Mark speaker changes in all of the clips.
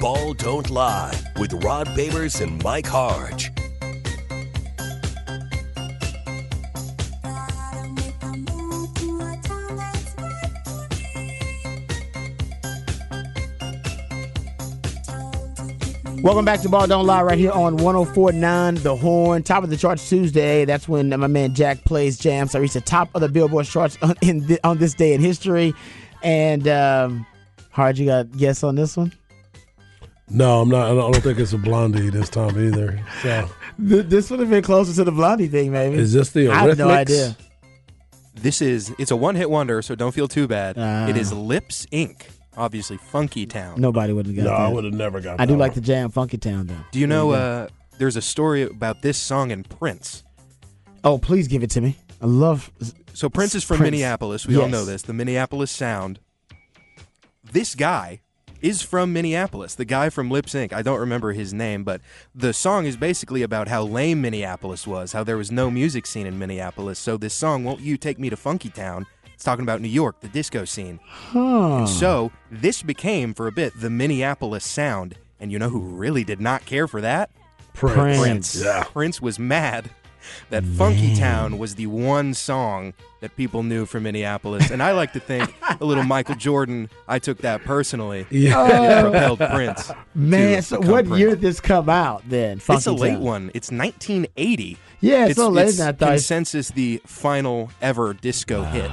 Speaker 1: Ball Don't Lie with Rod Babers and Mike Harge.
Speaker 2: Welcome back to Ball Don't Lie right here on 1049 The Horn. Top of the charts Tuesday. That's when my man Jack plays jams. I reached the top of the Billboard charts on, in thi- on this day in history. And um, Hard, you got a guess on this one?
Speaker 3: No, I'm not. I don't I don't think it's a blondie this time either. So,
Speaker 2: Th- this would have been closer to the Blondie thing, maybe.
Speaker 3: is this the
Speaker 2: I have no
Speaker 3: Eurythmics?
Speaker 2: idea.
Speaker 4: This is it's a one hit wonder, so don't feel too bad.
Speaker 2: Ah.
Speaker 4: it is Lips Inc. Obviously, Funky Town.
Speaker 2: Nobody would have got
Speaker 3: No, I
Speaker 2: that.
Speaker 3: would have never got.
Speaker 2: I do
Speaker 3: that
Speaker 2: like the
Speaker 3: one.
Speaker 2: jam Funky Town, though.
Speaker 4: Do you know uh, there's a story about this song and Prince?
Speaker 2: Oh, please give it to me. I love.
Speaker 4: So Prince is from
Speaker 2: Prince.
Speaker 4: Minneapolis. We all
Speaker 2: Yes.
Speaker 4: know this. The Minneapolis Sound. This guy is from Minneapolis. The guy from Lip Sync. I don't remember his name, but the song is basically about how lame Minneapolis was, how there was no music scene in Minneapolis. So this song, "Won't You Take Me to Funky Town," it's talking about New York, the disco scene.
Speaker 2: Huh.
Speaker 4: So this became for a bit the Minneapolis Sound. And you know who really did not care for that?
Speaker 2: Prince.
Speaker 3: Yeah.
Speaker 4: Prince was mad that Funky Town was the one song that people knew from Minneapolis. And I like to think a little Michael Jordan, I took that personally.
Speaker 3: Yeah.
Speaker 4: It propelled Prince.
Speaker 2: Man,
Speaker 4: to
Speaker 2: so
Speaker 4: become
Speaker 2: what
Speaker 4: Prince.
Speaker 2: year did this come out then? Funky
Speaker 4: It's a late
Speaker 2: Town?
Speaker 4: one. It's 1980.
Speaker 2: Yeah, it's, a late
Speaker 4: it's
Speaker 2: one. I thought.
Speaker 4: consensus the final ever disco hit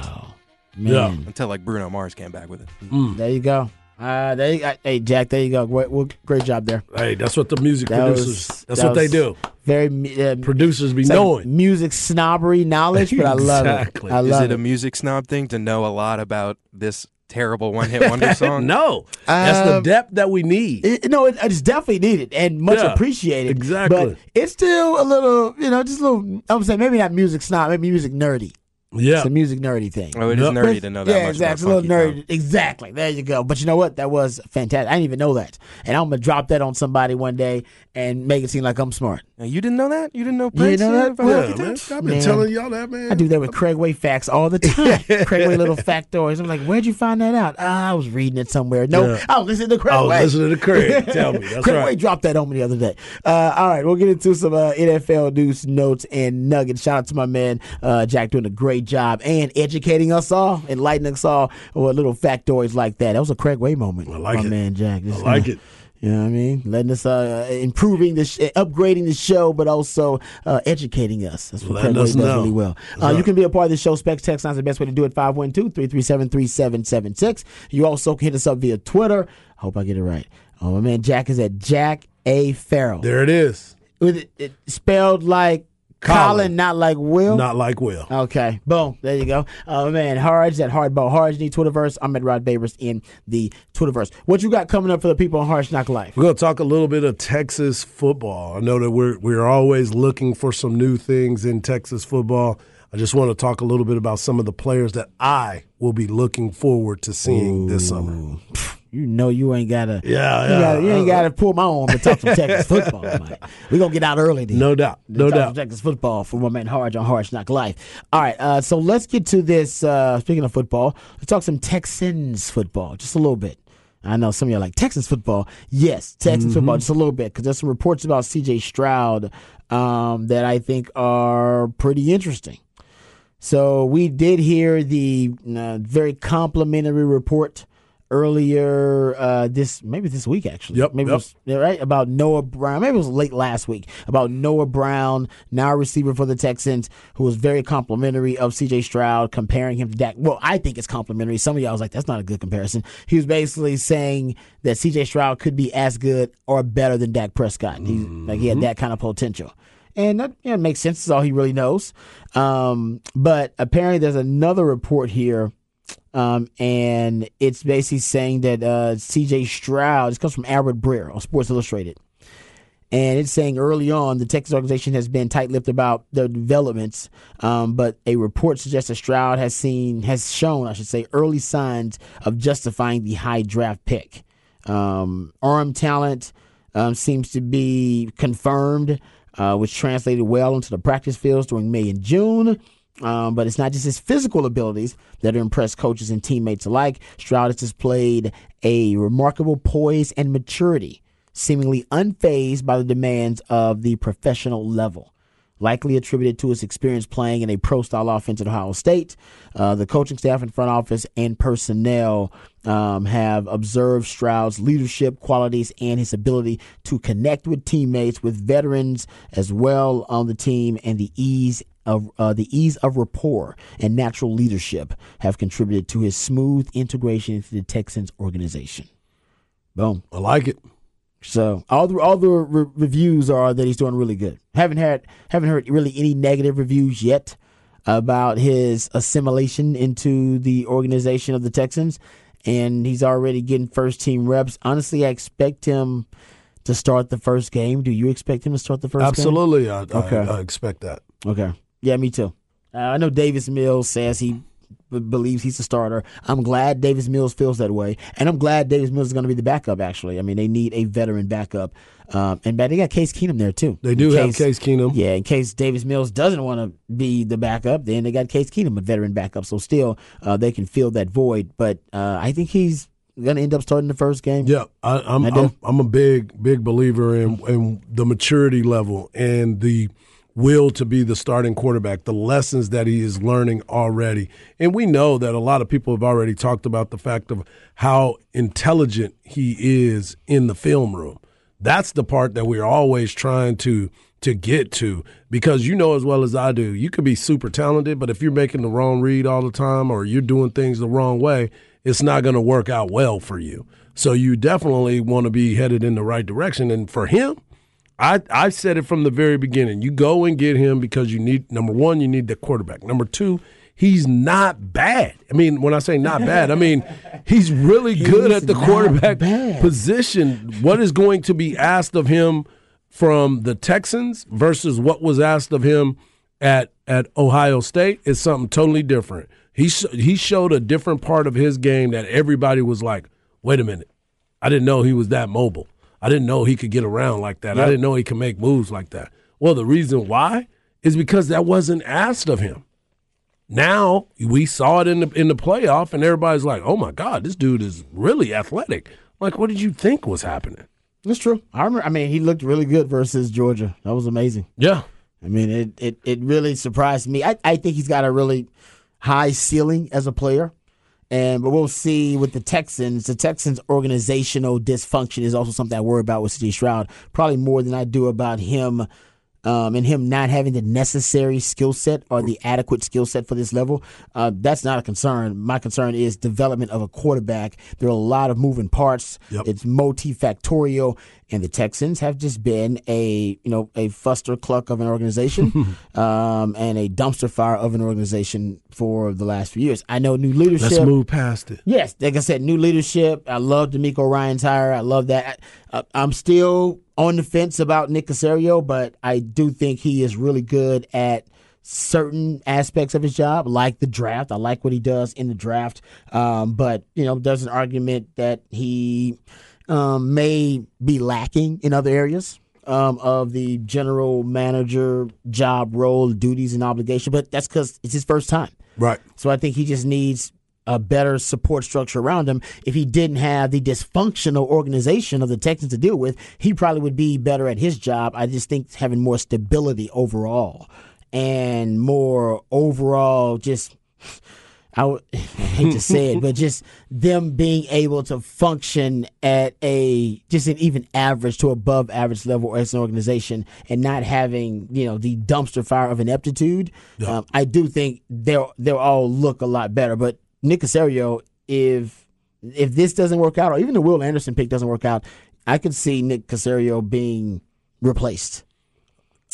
Speaker 2: Man.
Speaker 4: until like Bruno Mars came back with it.
Speaker 2: There you go. Uh, there you, uh, hey, Jack, there you go. Great, well, great job there.
Speaker 3: Hey, that's what the music
Speaker 2: That was-
Speaker 3: producers. that's
Speaker 2: that
Speaker 3: what they
Speaker 2: was
Speaker 3: do.
Speaker 2: Very uh,
Speaker 3: Producers be
Speaker 2: it's like
Speaker 3: knowing.
Speaker 2: music snobbery knowledge, but I love
Speaker 3: Exactly.
Speaker 2: it. I
Speaker 3: Is
Speaker 4: Is
Speaker 2: love
Speaker 4: it a music snob thing to know a lot about this terrible one hit wonder song?
Speaker 3: No, that's the
Speaker 2: Um,
Speaker 3: depth that we need.
Speaker 2: It- no, it, it's definitely needed and much
Speaker 3: Yeah,
Speaker 2: appreciated.
Speaker 3: exactly.
Speaker 2: but it's still a little, you know, just a little. I'm saying maybe not music snob, maybe music nerdy.
Speaker 3: yeah,
Speaker 2: It's a music nerdy thing.
Speaker 4: Oh, it is
Speaker 3: Yep.
Speaker 4: nerdy to know that
Speaker 2: yeah,
Speaker 4: much
Speaker 2: exactly. It's a
Speaker 4: about
Speaker 2: little
Speaker 4: Funky
Speaker 2: nerdy. Exactly. There you go. But you know what? That was fantastic. I didn't even know that, and I'm gonna drop that on somebody one day and make it seem like I'm smart.
Speaker 4: Now, you didn't know that? You didn't know
Speaker 2: didn't
Speaker 4: Prince?
Speaker 2: know
Speaker 4: yeah,
Speaker 2: that?
Speaker 4: from
Speaker 3: Yeah,
Speaker 4: Funky
Speaker 3: man.
Speaker 4: Town?
Speaker 3: I've been
Speaker 2: Man.
Speaker 3: telling y'all that, man.
Speaker 2: I do that with Craigway facts all the time. Craigway little factoids. I'm like, where'd you find that out? Ah, I was reading it somewhere. No,
Speaker 3: Yeah.
Speaker 2: I was listening to Craigway.
Speaker 3: I was listening Oh, to Craig. Tell me, that's
Speaker 2: Craig
Speaker 3: right.
Speaker 2: Way dropped that on me the other day. Uh, all right, we'll get into some uh, NFL news, notes, and nuggets. Shout out to my man uh, Jack doing a great job and educating us all, enlightening us all with little factoids like that. That was a Craig Way moment.
Speaker 3: I like
Speaker 2: my
Speaker 3: it.
Speaker 2: man Jack.
Speaker 3: I like it.
Speaker 2: You know what I mean? Letting us, uh, improving the, sh- upgrading the show, but also uh, educating us. That's what
Speaker 3: Letting
Speaker 2: Craig Way does
Speaker 3: us know.
Speaker 2: really well. Uh,
Speaker 3: Yeah.
Speaker 2: You can be a part of the show. Specs text line's the best way to do it. 512-337-3776. You also can hit us up via Twitter. I hope I get it right. Oh, my man Jack is at Jack A. Farrell.
Speaker 3: There it is.
Speaker 2: With it, it spelled like Colin,
Speaker 3: Colin.
Speaker 2: not like Will.
Speaker 3: Not like Will.
Speaker 2: Okay, boom. There you go. Oh man, Harge at Hardball Harge in the Twitterverse. I'm at Rod Babers in the Twitterverse. What you got coming up for the people on Harge Knock Life?
Speaker 3: We're going to talk a little bit of Texas football. I know that we're we're always looking for some new things in Texas football. I just want to talk a little bit about some of the players that I will be looking forward to seeing this summer.
Speaker 2: You know you ain't gotta.
Speaker 3: Yeah,
Speaker 2: You,
Speaker 3: yeah.
Speaker 2: gotta, you ain't gotta pull my arm to talk some Texas football. Mike. We gonna get out early. Then.
Speaker 3: No doubt,
Speaker 2: Talk
Speaker 3: no
Speaker 2: some
Speaker 3: doubt.
Speaker 2: Texas football for my man Harge on Harge Knock Life. All right, uh, so let's get to this. Uh, speaking of football, let's talk some Texans football just a little bit. I know some of you are like Texans football. Yes, Texans
Speaker 3: Mm-hmm.
Speaker 2: football just a little bit because there's some reports about C.J. Stroud um, that I think are pretty interesting. So we did hear the uh, very complimentary report earlier uh, this maybe this week actually.
Speaker 3: Yep,
Speaker 2: Maybe it
Speaker 3: yep.
Speaker 2: was- yeah, right about Noah Brown. Maybe it was late last week about Noah Brown, now a receiver for the Texans, who was very complimentary of C.J. Stroud, comparing him to Dak. Well, I think it's complimentary. Some of y'all was like, that's not a good comparison. He was basically saying that C.J. Stroud could be as good or better than Dak Prescott. He's like he had that kind of potential and that you know, makes sense. Is all he really knows. Um, but apparently, there's another report here Um, and it's basically saying that uh, CJ Stroud, this comes from Albert Breer on Sports Illustrated. And it's saying early on, the Texas organization has been tight-lipped about the developments, um, but a report suggests that Stroud has seen, has shown, I should say, early signs of justifying the high draft pick. Um, arm talent um, seems to be confirmed, uh, which translated well into the practice fields during May and June. Um, but it's not just his physical abilities that impress coaches and teammates alike. Stroud has displayed a remarkable poise and maturity, seemingly unfazed by the demands of the professional level. Likely attributed to his experience playing in a pro style offense at Ohio State. Uh, the coaching staff and front office and personnel um, have observed Stroud's leadership qualities and his ability to connect with teammates, with veterans as well on the team, and the ease of uh, the ease of rapport and natural leadership have contributed to his smooth integration into the Texans organization. Boom.
Speaker 3: I like it.
Speaker 2: So all the all the re- reviews are that he's doing really good. Haven't had haven't heard really any negative reviews yet about his assimilation into the organization of the Texans, and he's already getting first team reps. Honestly, I expect him to start the first game. Do you expect him to start the first? game?
Speaker 3: Absolutely. I,
Speaker 2: Okay.
Speaker 3: I, I expect that.
Speaker 2: Okay. Yeah, me too. Uh, I know Davis Mills says he b- believes he's a starter. I'm glad Davis Mills feels that way, and I'm glad Davis Mills is going to be the backup. Actually, I mean they need a veteran backup, um, and but they got Case Keenum there too.
Speaker 3: They
Speaker 2: In
Speaker 3: do have Case Keenum.
Speaker 2: Yeah, in case Davis Mills doesn't want to be the backup, then they got Case Keenum, a veteran backup. So still, uh, they can fill that void. But uh, I think he's going to end up starting the first game.
Speaker 3: Yeah, I, I'm,
Speaker 2: I do.
Speaker 3: I'm I'm a big big believer in in the maturity level and the will to be the starting quarterback. The lessons that he is learning already, and we know that a lot of people have already talked about the fact of how intelligent he is in the film room. That's the part that we're always trying to to get to because you know as well as I do, you could be super talented, but if you're making the wrong read all the time or you're doing things the wrong way, it's not going to work out well for you. So you definitely want to be headed in the right direction and for him, I, I said it from the very beginning. You go and get him because you need number one, you need the quarterback. Number two, he's not bad. I mean, when I say not bad, I mean he's really good
Speaker 2: He's
Speaker 3: at the
Speaker 2: not
Speaker 3: quarterback
Speaker 2: bad.
Speaker 3: position. What is going to be asked of him from the Texans versus what was asked of him at at Ohio State is something totally different. He sh- he showed a different part of his game that everybody was like, "Wait a minute, I didn't know he was that mobile. I didn't know he could get around like that. I didn't know he could make moves like that. Well, the reason why is because that wasn't asked of him. Now we saw it in the in the playoff, and everybody's like, "Oh my God, this dude is really athletic." Like, what did you think was happening?
Speaker 2: that's true. I remember. I mean, he looked really good versus Georgia. That was amazing.
Speaker 3: Yeah,
Speaker 2: I mean, it, it, it really surprised me. I, I think he's got a really high ceiling as a player. And but we'll see with the Texans. The Texans' organizational dysfunction is also something I worry about with C.J. Stroud, probably more than I do about him um, and him not having the necessary skill set or the adequate skill set for this level. Uh, that's not a concern. My concern is development of a quarterback. There are a lot of moving parts.
Speaker 3: Yep.
Speaker 2: It's multifactorial, and the Texans have just been a you know a fuster cluck of an organization um, and a dumpster fire of an organization for the last few years. I know new leadership.
Speaker 3: let's move past it.
Speaker 2: Yes, like I said, new leadership. I love D'Amico Ryan's hire. I love that. I, I, am still on the fence about Nick Casario, but I do think he is really good at certain aspects of his job, like the draft. I like what he does in the draft. Um, but you know, there's an argument that he um, may be lacking in other areas um, of the general manager job role, duties, and obligation. But that's because it's his first time.
Speaker 3: Right.
Speaker 2: So I think he just needs a better support structure around him. If he didn't have the dysfunctional organization of the Texans to deal with, he probably would be better at his job. I just think having more stability overall and more overall just I would I hate to say it, but just them being able to function at a just an even average to above average level as an organization and not having you know the dumpster fire of ineptitude. Um, I do think they'll they'll all look a lot better. But Nick Casario, if if this doesn't work out, or even the Will Anderson pick doesn't work out, I could see Nick Casario being replaced.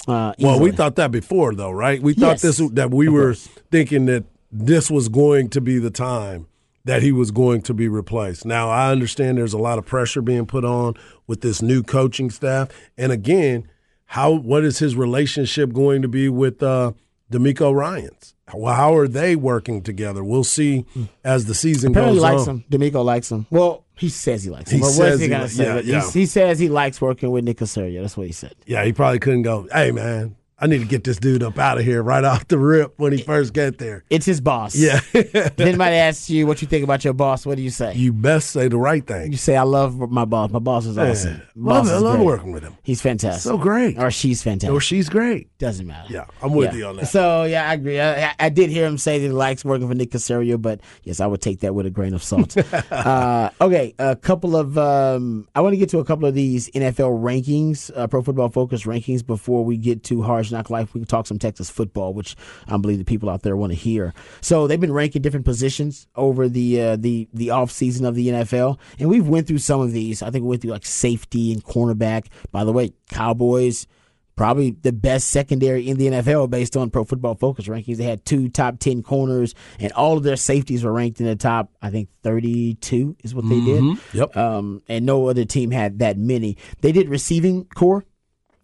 Speaker 2: Uh,
Speaker 3: Well, we
Speaker 2: easily.
Speaker 3: thought that before, though, right? We
Speaker 2: Yes.
Speaker 3: thought this that we were thinking that this was going to be the time that he was going to be replaced. Now, I understand there's a lot of pressure being put on with this new coaching staff. And again, how what is his relationship going to be with uh, D'Amico Ryan's? How, how are they working together? We'll see as the season
Speaker 2: Hmm. Apparently
Speaker 3: goes
Speaker 2: likes
Speaker 3: on.
Speaker 2: him. D'Amico likes him. Well, he says he likes him.
Speaker 3: He
Speaker 2: Well, what
Speaker 3: says
Speaker 2: is he
Speaker 3: he
Speaker 2: gonna
Speaker 3: li-
Speaker 2: say?
Speaker 3: yeah,
Speaker 2: But he-
Speaker 3: yeah.
Speaker 2: He, says he likes working with Nick Casario. That's what he said.
Speaker 3: Yeah, he probably couldn't go. Hey, man, I need to get this dude up out of here right off the rip when
Speaker 2: Eh.
Speaker 3: he first got there.
Speaker 2: It's his boss.
Speaker 3: Yeah,
Speaker 2: if anybody asks you what you think about your boss, what do you say? You,
Speaker 3: you best say the right thing.
Speaker 2: say, "I love my boss. My boss is awesome.
Speaker 3: Yeah.
Speaker 2: My boss
Speaker 3: Love it. I
Speaker 2: is
Speaker 3: love
Speaker 2: great.
Speaker 3: working with him.
Speaker 2: He's fantastic.
Speaker 3: So great.
Speaker 2: Or she's fantastic.
Speaker 3: Or she's great.
Speaker 2: Doesn't matter.
Speaker 3: Yeah, I'm with you on that.
Speaker 2: So yeah, I agree. I, I- I did hear him say that he likes working for Nick Casario, but yes, I would take that with a grain of salt. uh, okay, a couple of um, I want to get to a couple of these NFL rankings, uh, Pro Football Focus rankings, before we get to Hard Knock Life. We can talk some Texas football, which I believe the people out there want to hear. So they've been ranking different positions over the uh, the the off season of the NFL, and we've went through some of these. I think we went through like safety and cornerback. By the way, Cowboys probably the best secondary in the NFL based on Pro Football Focus rankings. They had two top 10 corners, and all of their safeties were ranked in the top, I think, 32 is what they did.
Speaker 3: Yep.
Speaker 2: Um, and no other team had that many. They did receiving core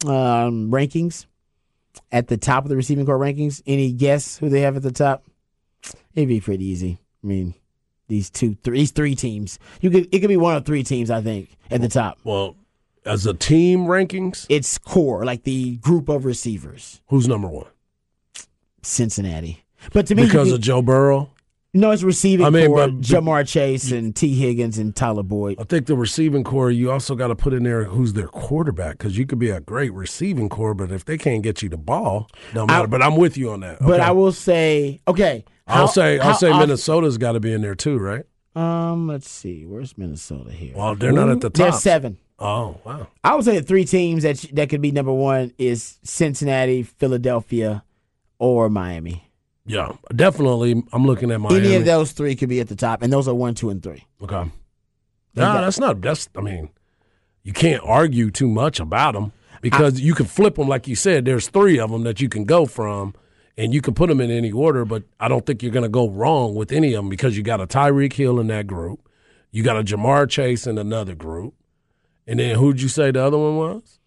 Speaker 2: um, rankings at the top of the receiving core rankings. Any guess who they have at the top? It'd be pretty easy. I mean, these two, three, these three teams. You could it could be one of three teams, I think, at the top.
Speaker 3: Well, as a team rankings,
Speaker 2: It's core, like the group of receivers.
Speaker 3: who's number one?
Speaker 2: Cincinnati. But to me,
Speaker 3: Because
Speaker 2: you
Speaker 3: of Joe Burrow.
Speaker 2: can- no, it's receiving
Speaker 3: I mean,
Speaker 2: core,
Speaker 3: but-
Speaker 2: Jamar Chase and T. Higgins and Tyler Boyd.
Speaker 3: I think the receiving core, you also got to put in there who's their quarterback because you could be a great receiving core, but if they can't get you the ball, no matter. but I'm with you on that.
Speaker 2: But
Speaker 3: Okay.
Speaker 2: I will say, okay, how-
Speaker 3: I'll say I'll
Speaker 2: how
Speaker 3: say
Speaker 2: off-
Speaker 3: Minnesota's got to be in there too, right?
Speaker 2: Um, let's see, where's Minnesota here?
Speaker 3: Well, they're not at the
Speaker 2: They're
Speaker 3: top.
Speaker 2: seven.
Speaker 3: Oh wow,
Speaker 2: I would say the three teams that sh- that could be number one is Cincinnati, Philadelphia, or Miami.
Speaker 3: yeah, definitely. I'm looking at Miami.
Speaker 2: Any of those three could be at the top, and those are one, two, and three.
Speaker 3: Okay. Nah, that's not. That's. I mean, you can't argue too much about them because you can flip them, like you said. There's three of them that you can go from, and you can put them in any order. But I don't think you're going to go wrong with any of them because you got a Tyreek Hill in that group, you got a Jamar Chase in another group, and then who'd you say the other one was?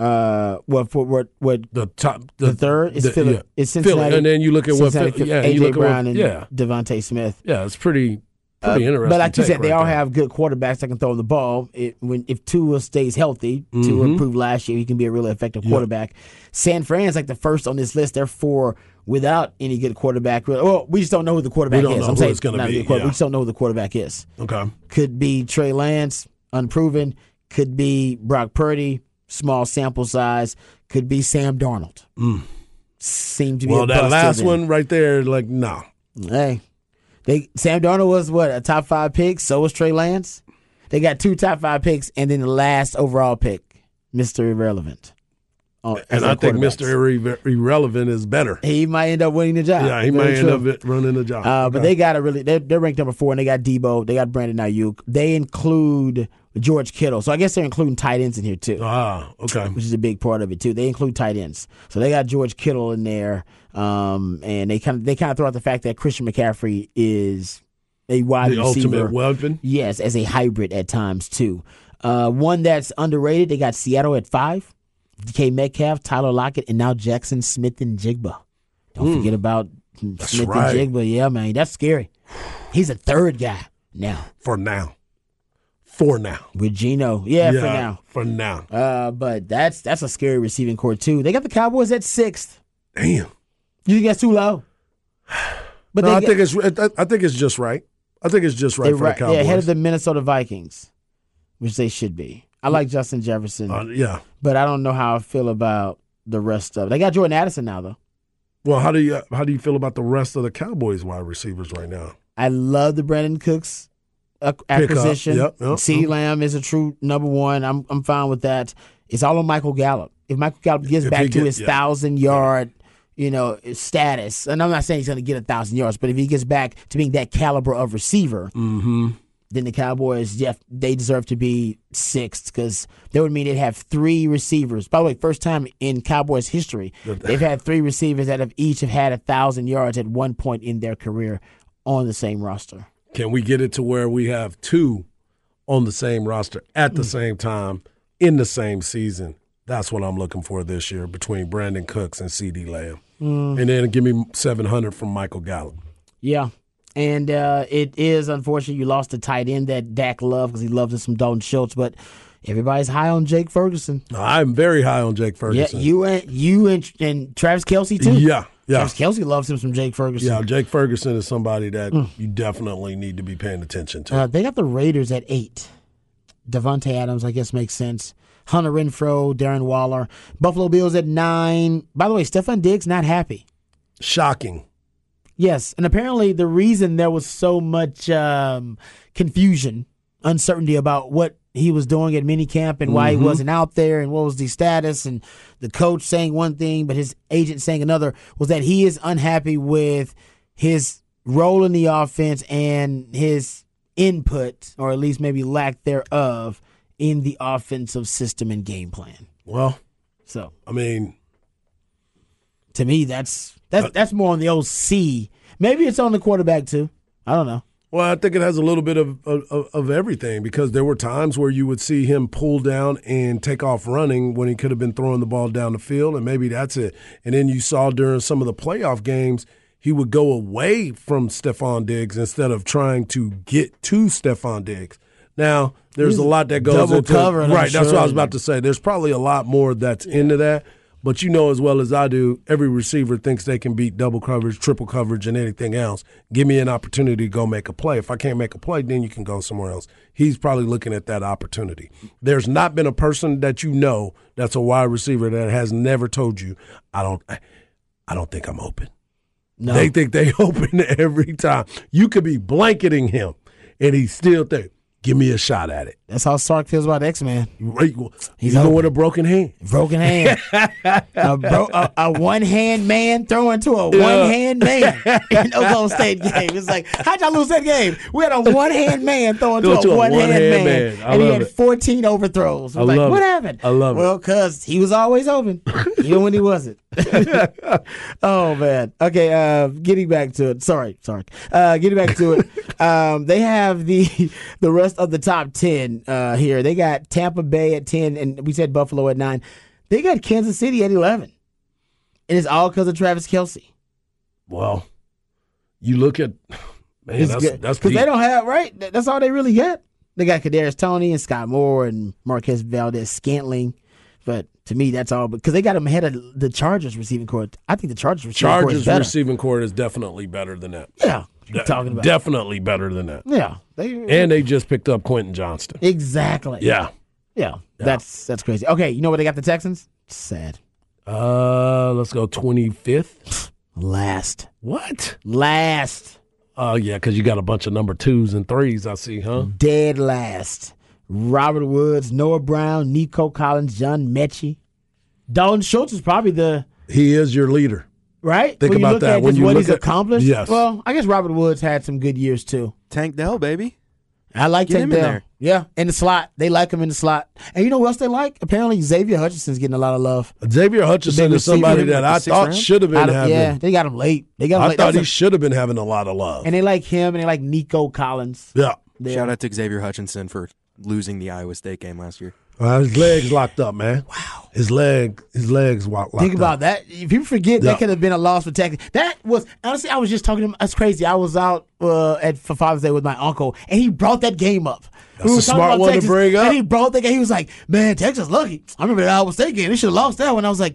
Speaker 2: Uh, what for what what
Speaker 3: The top.
Speaker 2: the, third is
Speaker 3: the-
Speaker 2: Philly,
Speaker 3: yeah,
Speaker 2: is
Speaker 3: Philly.
Speaker 2: Cincinnati,
Speaker 3: and then you look at what.
Speaker 2: Cincinnati,
Speaker 3: Phil- yeah, and
Speaker 2: AJ
Speaker 3: you look at what-
Speaker 2: Brown and
Speaker 3: yeah,
Speaker 2: Devontae Smith.
Speaker 3: yeah. It's pretty. Pretty interesting.
Speaker 2: But like you
Speaker 3: take
Speaker 2: said, they
Speaker 3: right
Speaker 2: all
Speaker 3: there.
Speaker 2: have good quarterbacks that can throw the ball. It, when if Tua stays healthy, Tua
Speaker 3: Mm-hmm.
Speaker 2: improved last year. He can be a really effective quarterback. San Fran's like the first on this list. They're four without any good quarterback. Well, we just don't know who the quarterback
Speaker 3: don't
Speaker 2: is.
Speaker 3: know
Speaker 2: I'm
Speaker 3: who
Speaker 2: saying
Speaker 3: it's gonna
Speaker 2: not a
Speaker 3: be,
Speaker 2: good quarterback.
Speaker 3: yeah.
Speaker 2: We just don't know who the quarterback is.
Speaker 3: Okay.
Speaker 2: Could be Trey Lance, unproven. Could be Brock Purdy, small sample size. Could be Sam Darnold. Seemed to be
Speaker 3: Mm. Well,
Speaker 2: a
Speaker 3: that
Speaker 2: bust
Speaker 3: last
Speaker 2: till then.
Speaker 3: one right there, like, nah.
Speaker 2: Hey, they Sam Darnold was what a top five pick. So was Trey Lance. They got two top five picks, and then the last overall pick, Mister Irrelevant. Oh, as
Speaker 3: And
Speaker 2: their
Speaker 3: I think
Speaker 2: quarterbacks.
Speaker 3: Mr. Irre- Irrelevant is better.
Speaker 2: he might end up winning the job.
Speaker 3: Yeah,
Speaker 2: Very
Speaker 3: he might end
Speaker 2: true.
Speaker 3: up it- running the job.
Speaker 2: Uh, But
Speaker 3: Okay.
Speaker 2: they got a really they're, they're ranked number four, and they got Debo, they got Brandon Ayuk, they include George Kittle. So I guess they're including tight ends in here too
Speaker 3: ah, okay.
Speaker 2: which is a big part of it too. They include tight ends, so they got George Kittle in there, um, and they kind of they kind of throw out the fact that Christian McCaffrey is a wide
Speaker 3: The
Speaker 2: receiver.
Speaker 3: ultimate weapon.
Speaker 2: Yes, as a hybrid at times too. Uh, one that's underrated. They got Seattle at five, DK Metcalf, Tyler Lockett, and now Jackson Smith and Jigba. Don't forget about Smith
Speaker 3: Hmm. right.
Speaker 2: and Jigba. Yeah, man, that's scary. He's a third guy now
Speaker 3: For now. For now.
Speaker 2: with Geno. Yeah, for now.
Speaker 3: For now.
Speaker 2: Uh, but that's that's a scary receiving core too. They got the Cowboys at sixth.
Speaker 3: Damn.
Speaker 2: You think that's too low? But
Speaker 3: no, I
Speaker 2: they
Speaker 3: think it's I- I think it's just right. I think it's just right
Speaker 2: they're
Speaker 3: for
Speaker 2: right,
Speaker 3: the Cowboys.
Speaker 2: yeah, ahead of the Minnesota Vikings, which they should be. I like Justin Jefferson,
Speaker 3: Mm. Uh, yeah.
Speaker 2: but I don't know how I feel about the rest of. They got Jordan Addison now though.
Speaker 3: Well, how do you how do you feel about the rest of the Cowboys wide receivers right now?
Speaker 2: I love the Brandon Cooks ac- acquisition.
Speaker 3: Yep, yep, Mm-hmm.
Speaker 2: CeeDee
Speaker 3: yep.
Speaker 2: Lamb is a true number one. I'm I'm fine with that. It's all on Michael Gallup. If Michael Gallup gets
Speaker 3: If
Speaker 2: back
Speaker 3: he
Speaker 2: to
Speaker 3: get-
Speaker 2: his
Speaker 3: yeah.
Speaker 2: thousand yard, you know, status, and I'm not saying he's going to get a thousand yards, but if he gets back to being that caliber of receiver, Mm-hmm. then the Cowboys, yeah, they deserve to be sixth because that would mean they'd have three receivers. By the way, first time in Cowboys history, they've had three receivers that have each have had a thousand yards at one point in their career on the same roster.
Speaker 3: Can we get it to where we have two on the same roster at
Speaker 2: Hmm.
Speaker 3: the same time in the same season? That's what I'm looking for this year between Brandon Cooks and CD Lamb.
Speaker 2: Hmm.
Speaker 3: And then give me 700 from Michael Gallup.
Speaker 2: Yeah. And uh, it is unfortunate you lost the tight end that Dak loved because he loves him some Dalton Schultz, but everybody's high on Jake Ferguson.
Speaker 3: I'm very high on Jake Ferguson.
Speaker 2: Yeah, you and you and, and Travis Kelsey too.
Speaker 3: Yeah, yeah.
Speaker 2: Travis Kelsey loves him some Jake Ferguson. Hmm.
Speaker 3: Yeah, Jake Ferguson is somebody that you definitely need to be paying attention to.
Speaker 2: Uh, they got the Raiders at eight. Devontae Adams, I guess, makes sense. Hunter Renfro, Darren Waller, Buffalo Bills at nine. By the way, Stefan Diggs not happy.
Speaker 3: Shocking.
Speaker 2: Yes, and apparently the reason there was so much um, confusion, uncertainty about what he was doing at minicamp and why he wasn't out there and what was the status and the coach saying one thing but his agent saying another was that he is unhappy with his role in the offense and his input or at least maybe lack thereof in the offensive system and game plan.
Speaker 3: Well,
Speaker 2: So
Speaker 3: I mean,
Speaker 2: to me, that's that's that's more on the OC. Maybe it's on the quarterback too. I don't know.
Speaker 3: Well, I think it has a little bit of, of of everything because there were times where you would see him pull down and take off running when he could have been throwing the ball down the field, and maybe that's it. And then you saw during some of the playoff games, he would go away from Stephon Diggs instead of trying to get to Stephon Diggs. Now, there's a lot that goes
Speaker 2: double
Speaker 3: into
Speaker 2: covering, I'm
Speaker 3: right. That's what I was
Speaker 2: sure.
Speaker 3: about to say. There's probably a lot more that's into that. But you know as well as I do, every receiver thinks they can beat double coverage, triple coverage, and anything else. Give me an opportunity to go make a play. If I can't make a play, then you can go somewhere else. He's probably looking at that opportunity. There's not been a person that you know that's a wide receiver that has never told you, I don't I don't think I'm open.
Speaker 2: No.
Speaker 3: They think they open every time. You could be blanketing him and he still think, give me a shot at it.
Speaker 2: That's how Sark feels about X Man.
Speaker 3: Right.
Speaker 2: He's
Speaker 3: He's going
Speaker 2: open.
Speaker 3: with a broken hand.
Speaker 2: Broken hand. a, bro- a, a one hand man throwing to a one hand man in Oklahoma State game. It's like, how'd y'all lose that game? We had a one hand man throwing to
Speaker 3: Throw
Speaker 2: a,
Speaker 3: to a
Speaker 2: one hand man.
Speaker 3: one-hand man. I
Speaker 2: And he
Speaker 3: love
Speaker 2: had
Speaker 3: it.
Speaker 2: 14 overthrows. We're
Speaker 3: I
Speaker 2: like,
Speaker 3: love
Speaker 2: what
Speaker 3: it.
Speaker 2: happened?
Speaker 3: I love it.
Speaker 2: Well, because he was always open, even when he wasn't. oh, man. Okay, uh, getting back to it. Sorry, sorry. Uh, getting back to it. um, they have the the rest of the top 10 uh, here. They got Tampa Bay at 10, and we said Buffalo at 9. They got Kansas City at 11. And it's all because of Travis Kelsey.
Speaker 3: Well, you look at man,
Speaker 2: It's
Speaker 3: that's
Speaker 2: good.
Speaker 3: that's
Speaker 2: they
Speaker 3: deep.
Speaker 2: don't have right. That- That's all they really got. They got Kadarius Tony and Scott Moore and Marquez Valdez Scantling, but to me that's all. Because they got him ahead of the Chargers receiving court. I think the Chargers receiving court is
Speaker 3: Chargers
Speaker 2: better.
Speaker 3: receiving court is definitely better than that.
Speaker 2: yeah, what you talking about
Speaker 3: Definitely better than that.
Speaker 2: yeah. They
Speaker 3: And they just picked up Quentin Johnston.
Speaker 2: exactly
Speaker 3: Yeah.
Speaker 2: yeah. That's that's crazy. Okay, you know what they got the Texans? Sad.
Speaker 3: Uh, let's go twenty fifth.
Speaker 2: Last,
Speaker 3: What?
Speaker 2: last,
Speaker 3: Oh yeah, because you got a bunch of number twos and threes. I see, huh?
Speaker 2: dead last. Robert Woods, Noah Brown, Nico Collins, John Mechie, Dalton Schultz is probably the
Speaker 3: He is your leader.
Speaker 2: right?
Speaker 3: Think
Speaker 2: when
Speaker 3: about
Speaker 2: you look
Speaker 3: that.
Speaker 2: At
Speaker 3: When
Speaker 2: just
Speaker 3: you
Speaker 2: what
Speaker 3: look
Speaker 2: he's
Speaker 3: at-
Speaker 2: accomplished.
Speaker 3: Yes.
Speaker 2: Well, I guess Robert Woods had some good years too.
Speaker 4: Tank Dell, baby.
Speaker 2: I like
Speaker 4: Get
Speaker 2: Tank
Speaker 4: him in
Speaker 2: Dell.
Speaker 4: there.
Speaker 2: Yeah, in the slot, they like him in the slot. And you know what else they like? Apparently, Xavier Hutchinson's getting a lot of love.
Speaker 3: Xavier
Speaker 2: The
Speaker 3: Hutchinson
Speaker 2: big
Speaker 3: is somebody
Speaker 2: receiver,
Speaker 3: that
Speaker 4: like the
Speaker 3: I
Speaker 4: sixth
Speaker 3: thought
Speaker 4: round?
Speaker 3: should have
Speaker 2: I
Speaker 3: been
Speaker 2: don't-
Speaker 3: having.
Speaker 2: yeah, they got him late. They got him
Speaker 3: I
Speaker 2: late.
Speaker 3: thought he
Speaker 2: That's a-
Speaker 3: should have been having a lot of love.
Speaker 2: and they like him, and they like Nico Collins.
Speaker 3: yeah.
Speaker 2: They-
Speaker 4: Shout out to Xavier Hutchinson for losing the Iowa State game last year.
Speaker 3: Uh, his legs locked up, man. Wow. His leg, his legs wa- locked
Speaker 2: Think
Speaker 3: up.
Speaker 2: about that. If you forget,
Speaker 3: Yeah.
Speaker 2: that could have been a loss for Texas. That was honestly, I was just talking to him. That's crazy. I was out uh, at for Father's Day with my uncle, and he brought that game up.
Speaker 3: That's a
Speaker 2: were talking
Speaker 3: smart
Speaker 2: about
Speaker 3: one to
Speaker 2: Texas,
Speaker 3: bring up.
Speaker 2: And he brought that game. He was like, "Man, Texas lucky." I remember that Iowa State game. They should have lost that one. I was like,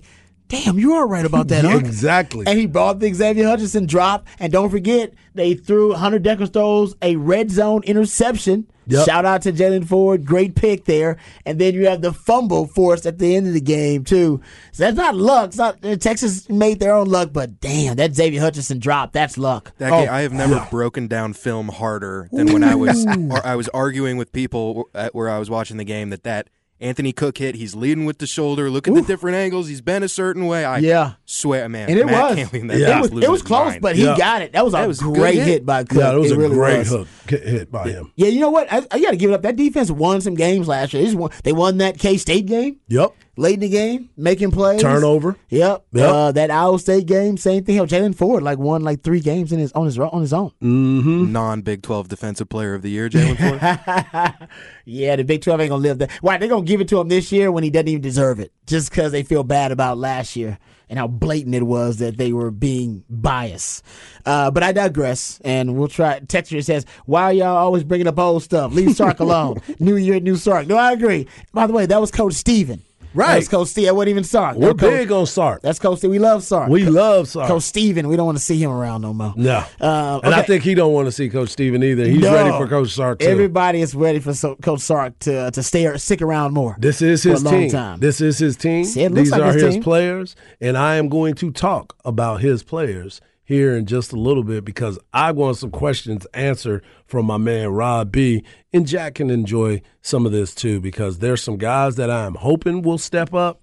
Speaker 2: "Damn, you are right about that."
Speaker 3: Yeah,
Speaker 2: uncle."
Speaker 3: exactly.
Speaker 2: And he brought the Xavier Hutchinson drop, and don't forget they threw Hunter Decker throws a red zone interception.
Speaker 3: Yep.
Speaker 2: Shout out to Jalen Ford, great pick there. And then you have the fumble forced at the end of the game too. So that's not luck. It's not uh, Texas made their own luck, but damn, that Xavier Hutchinson drop, that's luck. Oh,
Speaker 4: That game, I have never broken down film harder than when I was or I was arguing with people at where I was watching the game that that Anthony Cook hit. He's leading with the shoulder. Look at the different angles. He's bent a certain way. I
Speaker 2: Yeah.
Speaker 4: swear, man.
Speaker 2: And it
Speaker 4: Matt
Speaker 2: was.
Speaker 4: Cantley in that
Speaker 3: Yeah.
Speaker 4: game
Speaker 2: It was,
Speaker 4: losing
Speaker 2: it was
Speaker 4: his
Speaker 2: close,
Speaker 4: mind.
Speaker 2: but he
Speaker 3: Yeah.
Speaker 2: got it. That was a
Speaker 4: That was a good
Speaker 2: great hit.
Speaker 4: hit.
Speaker 2: by Cook.
Speaker 3: Yeah, that was
Speaker 2: It
Speaker 3: a
Speaker 2: really
Speaker 3: great
Speaker 2: was.
Speaker 3: hook hit hit by him.
Speaker 2: Yeah, you know what? I, I got to give it up. That defense won some games last year. They, just won, they won that K State game.
Speaker 3: Yep.
Speaker 2: late in the game, making plays.
Speaker 3: Turnover.
Speaker 2: Yep.
Speaker 3: Yep.
Speaker 2: Uh, that Iowa State game, same thing. Hell, Jalen Ford like won like three games in his on his on his own.
Speaker 3: Mm.
Speaker 4: non Big 12 Defensive Player of the Year, Jalen Ford.
Speaker 2: Yeah, the Big Twelve ain't gonna live that. Why they gonna give it to him this year when he doesn't even deserve it? Just because they feel bad about last year and how blatant it was that they were being biased. Uh, but I digress, and we'll try. Texture says, "Why are y'all always bringing up old stuff? Leave Sark alone. new year, new Sark." No, I agree. By the way, that was Coach Steven.
Speaker 3: Right.
Speaker 2: that was Coach Steven. That wasn't even Sark.
Speaker 3: We're
Speaker 2: That was Coach-
Speaker 3: big on Sark.
Speaker 2: That's Coach Steven. We love Sark.
Speaker 3: We love Sark.
Speaker 2: Coach Steven. We don't want to see him around no more.
Speaker 3: no.
Speaker 2: Uh,
Speaker 3: And I
Speaker 2: okay.
Speaker 3: think he don't want to see Coach Steven either. He's
Speaker 2: No.
Speaker 3: ready for Coach Sark too.
Speaker 2: Everybody is ready for so- Coach Sark to to stay or stick around more.
Speaker 3: This is
Speaker 2: for
Speaker 3: his
Speaker 2: a long
Speaker 3: team.
Speaker 2: time.
Speaker 3: This is his team.
Speaker 2: See, it looks
Speaker 3: These
Speaker 2: like
Speaker 3: are
Speaker 2: his
Speaker 3: his,
Speaker 2: team.
Speaker 3: players, and I am going to talk about his players here in just a little bit because I want some questions answered from my man Rob B. And Jack can enjoy some of this too because there's some guys that I'm hoping will step up,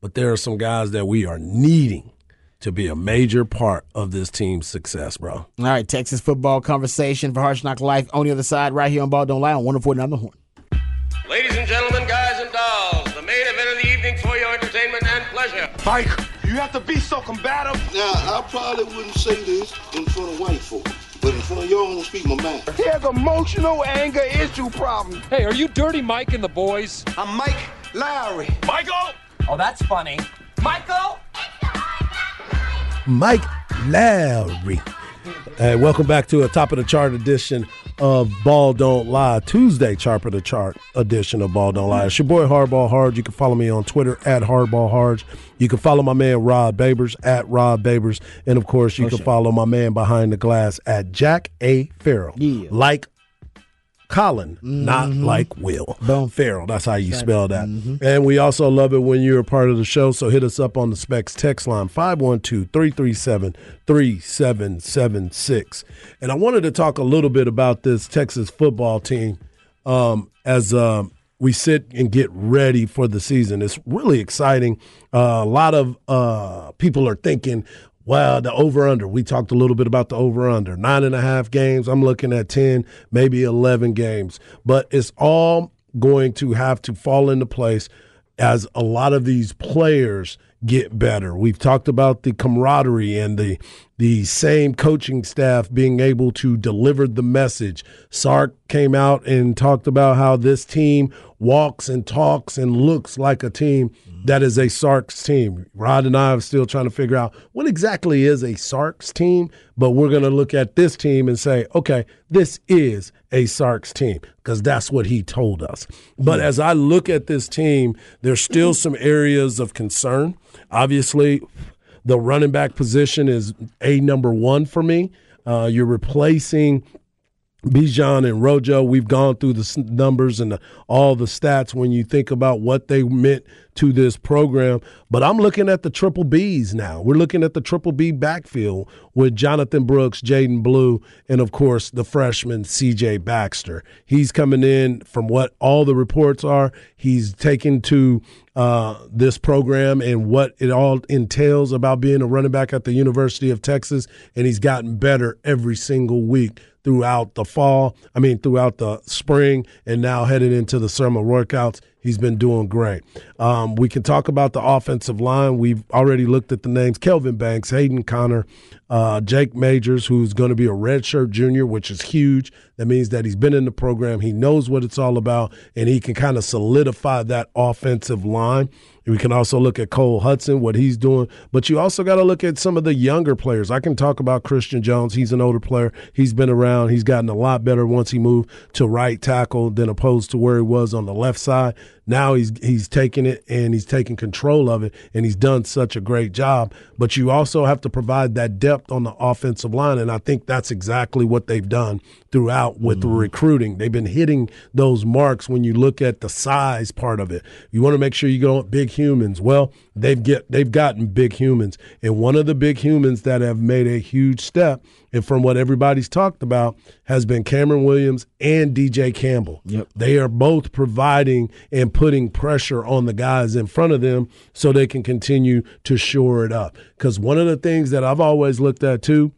Speaker 3: but there are some guys that we are needing to be a major part of this team's success, bro.
Speaker 2: All right, Texas football conversation for Harsh Knock Life on the other side, right here on Ball Don't Lie on 104.9 The Horn.
Speaker 5: Ladies and gentlemen, guys and dolls, the main event of the evening for your entertainment and pleasure.
Speaker 6: Mike, you have to be so combative.
Speaker 7: Now, I probably wouldn't say this in front of white folk, but in front of y'all, I'm gonna speak my mind.
Speaker 6: There's emotional anger issue problem.
Speaker 8: Hey, are you Dirty Mike and the boys?
Speaker 6: I'm Mike Lowry.
Speaker 8: Oh, that's funny. Michael?
Speaker 3: Mike Lowry. Hey, welcome back to a top of the chart edition of Ball Don't Lie, Tuesday chart of the chart edition of Ball Don't Lie. It's your boy Hardball Hard. You can follow me on Twitter at Hardball Hard. You can follow my man Rob Babers at Rob Babers. And of course, you can follow my man behind the glass at Jack A. Farrell.
Speaker 2: Yeah.
Speaker 3: Like Colin, not like Will.
Speaker 2: Boom.
Speaker 3: Farrell. That's how you spell that. And we also love it when you're a part of the show. So hit us up on the Specs text line 512 337 3776. And I wanted to talk a little bit about this Texas football team um, as um, we sit and get ready for the season. It's really exciting. Uh, a lot of uh, people are thinking, well, the over under. We talked a little bit about the over under. Nine and a half games. I'm looking at 10, maybe 11 games. But it's all going to have to fall into place as a lot of these players get better. We've talked about the camaraderie and the the same coaching staff being able to deliver the message. Sark came out and talked about how this team walks and talks and looks like a team that is a Sark's team. Rod and I are still trying to figure out what exactly is a Sark's team, but we're going to look at this team and say, okay, this is a Sark's team because that's what he told us. But as I look at this team, there's still some areas of concern. Obviously, the running back position is a number one for me. Uh, you're replacing Bijan and Rojo. We've gone through the s- numbers and the, all the stats when you think about what they meant to this program. But I'm looking at the triple Bs now. We're looking at the triple B backfield with Jonathan Brooks, Jaden Blue, and of course the freshman CJ Baxter. He's coming in from what all the reports are. He's taken to uh, this program and what it all entails about being a running back at the University of Texas. And he's gotten better every single week throughout the fall. I mean, throughout the spring, and now headed into the summer workouts. He's been doing great. Um, we can talk about the offensive line. We've already looked at the names Kelvin Banks, Hayden Connor, uh, Jake Majors, who's going to be a redshirt junior, which is huge. That means that he's been in the program, he knows what it's all about, and he can kind of solidify that offensive line. We can also look at Cole Hudson, what he's doing, but you also got to look at some of the younger players. I can talk about Christian Jones. He's an older player. He's been around. He's gotten a lot better once he moved to right tackle than opposed to where he was on the left side. Now he's he's taking it and he's taking control of it, and he's done such a great job. But you also have to provide that depth on the offensive line, and I think that's exactly what they've done throughout with the recruiting. They've been hitting those marks when you look at the size part of it. You want to make sure you go big humans. Well, they've get they've gotten big humans, and one of the big humans that have made a huge step, and from what everybody's talked about, has been Cameron Williams and DJ Campbell. Yep. They are both providing and putting pressure on the guys in front of them so they can continue to shore it up. Because one of the things that I've always looked at too.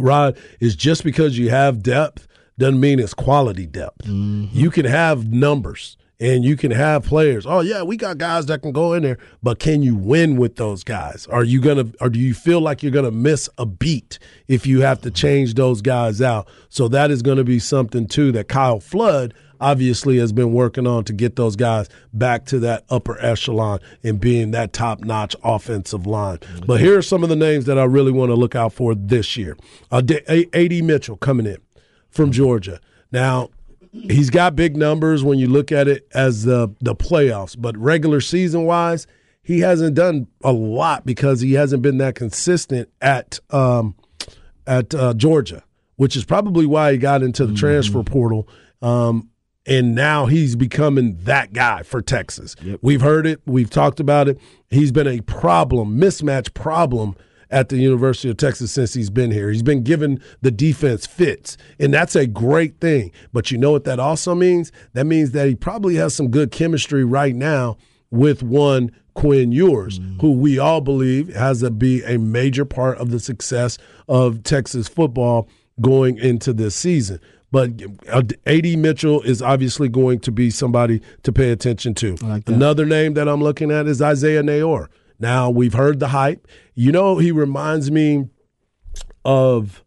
Speaker 3: Rod, is just because you have depth doesn't mean it's quality depth. You can have numbers And you can have players. Oh yeah, we got guys that can go in there, but can you win with those guys? Are you gonna or do you feel like you're gonna miss a beat if you have to change those guys out? So that is gonna be something too that Kyle Flood obviously has been working on to get those guys back to that upper echelon and being that top notch offensive line. But here are some of the names that I really want to look out for this year. Uh, D- A- AD Mitchell coming in from Georgia. Now, he's got big numbers when you look at it as the, the playoffs, but regular season wise, he hasn't done a lot because he hasn't been that consistent at um, at uh, Georgia, which is probably why he got into the transfer portal. Um, and now he's becoming that guy for Texas. We've heard it, we've talked about it. He's been a problem, mismatch problem at the University of Texas since he's been here. He's been given the defense fits, and that's a great thing. But you know what that also means? That means that he probably has some good chemistry right now with one Quinn Ewers, who we all believe has to be a major part of the success of Texas football going into this season. But uh, AD Mitchell is obviously going to be somebody to pay attention to. Another name that I'm looking at is Isaiah Nayor. Now, we've heard the hype. You know, he reminds me of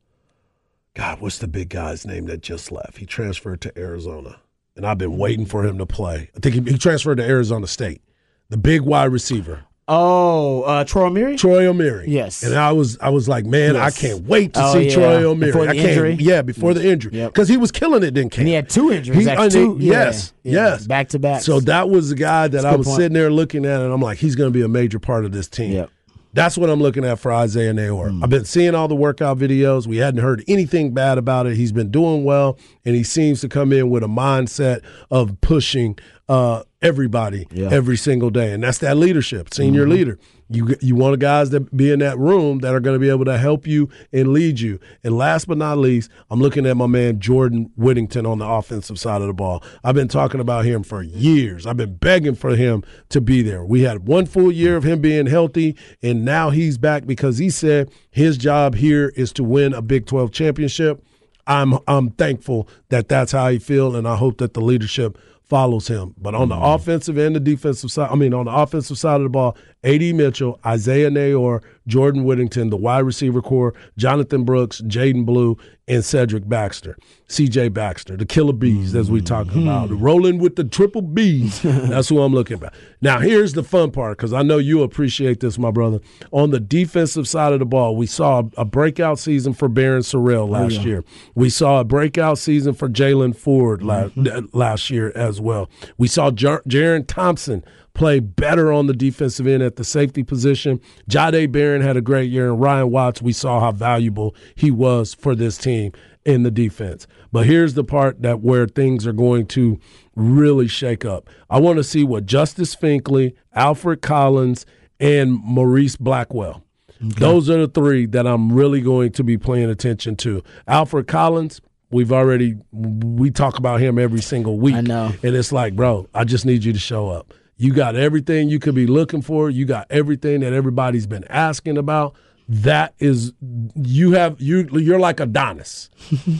Speaker 3: God, what's the big guy's name that just left? He transferred to Arizona, and I've been waiting for him to play. I think he, he transferred to Arizona State. The big wide receiver,
Speaker 2: Oh, uh, Troy O'Meary?
Speaker 3: Troy O'Meary.
Speaker 2: Yes.
Speaker 3: and I was I was like, man,
Speaker 2: Yes.
Speaker 3: I can't wait to
Speaker 2: Oh,
Speaker 3: see
Speaker 2: yeah.
Speaker 3: Troy O'Meary.
Speaker 2: Before
Speaker 3: I
Speaker 2: the
Speaker 3: can't,
Speaker 2: injury?
Speaker 3: yeah, before the injury,
Speaker 2: Yep.
Speaker 3: because he was killing it. Then camp.
Speaker 2: And he had two injuries.
Speaker 3: He-
Speaker 2: actually,
Speaker 3: and
Speaker 2: two,
Speaker 3: he-
Speaker 2: yeah,
Speaker 3: yes,
Speaker 2: yeah,
Speaker 3: yes,
Speaker 2: Back to back.
Speaker 3: So that was the guy that
Speaker 2: That's a
Speaker 3: I
Speaker 2: good
Speaker 3: was
Speaker 2: point.
Speaker 3: sitting there looking at, and I'm like, he's going to be a major part of this team.
Speaker 2: Yep.
Speaker 3: That's what I'm looking at for Isaiah Naor. I've been seeing all the workout videos. We hadn't heard anything bad about it. He's been doing well, and he seems to come in with a mindset of pushing uh, everybody every single day, and that's that leadership, senior leader. You you want guys that be in that room that are going to be able to help you and lead you. And last but not least, I'm looking at my man Jordan Whittington on the offensive side of the ball. I've been talking about him for years. I've been begging for him to be there. We had one full year of him being healthy, and now he's back because he said his job here is to win a Big 12 championship. I'm I'm thankful that that's how he feel, and I hope that the leadership follows him. But on the offensive and the defensive side, I mean, on the offensive side of the ball, AD Mitchell, Isaiah Nayor, Jordan Whittington, the wide receiver core, Jonathan Brooks, Jaden Blue, and Cedric Baxter, CJ Baxter, the killer bees, as we talk about, rolling with the triple Bs. that's who I'm looking about. Now, here's the fun part because I know you appreciate this, my brother. On the defensive side of the ball, we saw a breakout season for Baron Sorrell last year. We saw a breakout season for Jalen Ford la- uh, last year as well. We saw Jar- Jaron Thompson play better on the defensive end at the safety position. Jade Barron had a great year, and Ryan Watts, we saw how valuable he was for this team in the defense. But here's the part that where things are going to really shake up. I want to see what Justice Finkley, Alfred Collins, and Maurice Blackwell. Those are the three that I'm really going to be paying attention to. Alfred Collins, we've already we talk about him every single week.
Speaker 2: I know.
Speaker 3: And it's like, bro, I just need you to show up. You got everything you could be looking for. You got everything that everybody's been asking about. That is you have you you're like Adonis.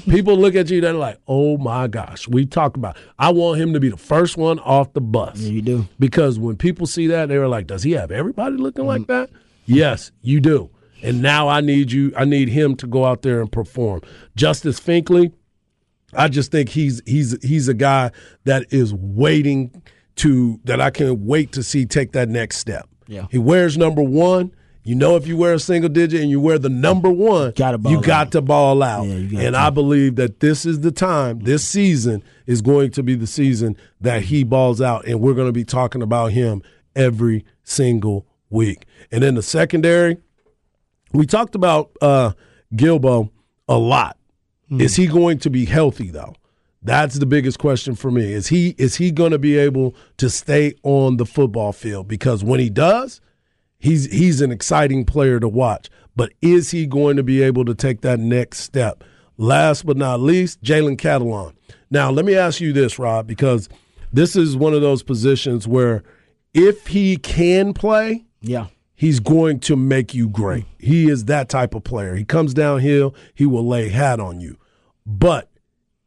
Speaker 3: People look at you, they're like, oh my gosh, we talk about I want him to be the first one off the bus.
Speaker 2: you do.
Speaker 3: Because when people see that, they were like, "Does he have everybody looking like that?" Yes, you do. And now I need you. I need him to go out there and perform. Justice Finkley, I just think he's he's he's a guy that is waiting to that I can wait to see take that next step.
Speaker 2: Yeah.
Speaker 3: he wears number one. You know, if you wear a single digit and you wear the number one,
Speaker 2: Gotta ball
Speaker 3: you
Speaker 2: out.
Speaker 3: got to ball out.
Speaker 2: Yeah, you got
Speaker 3: and
Speaker 2: to.
Speaker 3: I believe that this is the time, this season is going to be the season that he balls out, and we're going to be talking about him every single week. And in the secondary, we talked about uh, Gilbo a lot.
Speaker 2: Hmm.
Speaker 3: Is he going to be healthy though? That's the biggest question for me. Is he is he going to be able to stay on the football field? Because when he does, he's he's an exciting player to watch. But is he going to be able to take that next step? Last but not least, Jalen Catalon. Now, let me ask you this, Rob, because this is one of those positions where if he can play,
Speaker 2: Yeah.
Speaker 3: he's going to make you great. He is that type of player. He comes downhill, he will lay hat on you. But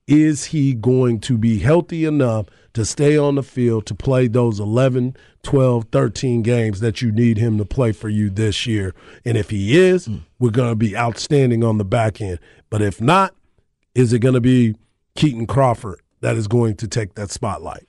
Speaker 3: is he going to be healthy enough to stay on the field to play those 11, 12, 13 games that you need him to play for you this year? And if he is, we're going to be outstanding on the back end. But if not, is it going to be Keaton Crawford that is going to take that spotlight?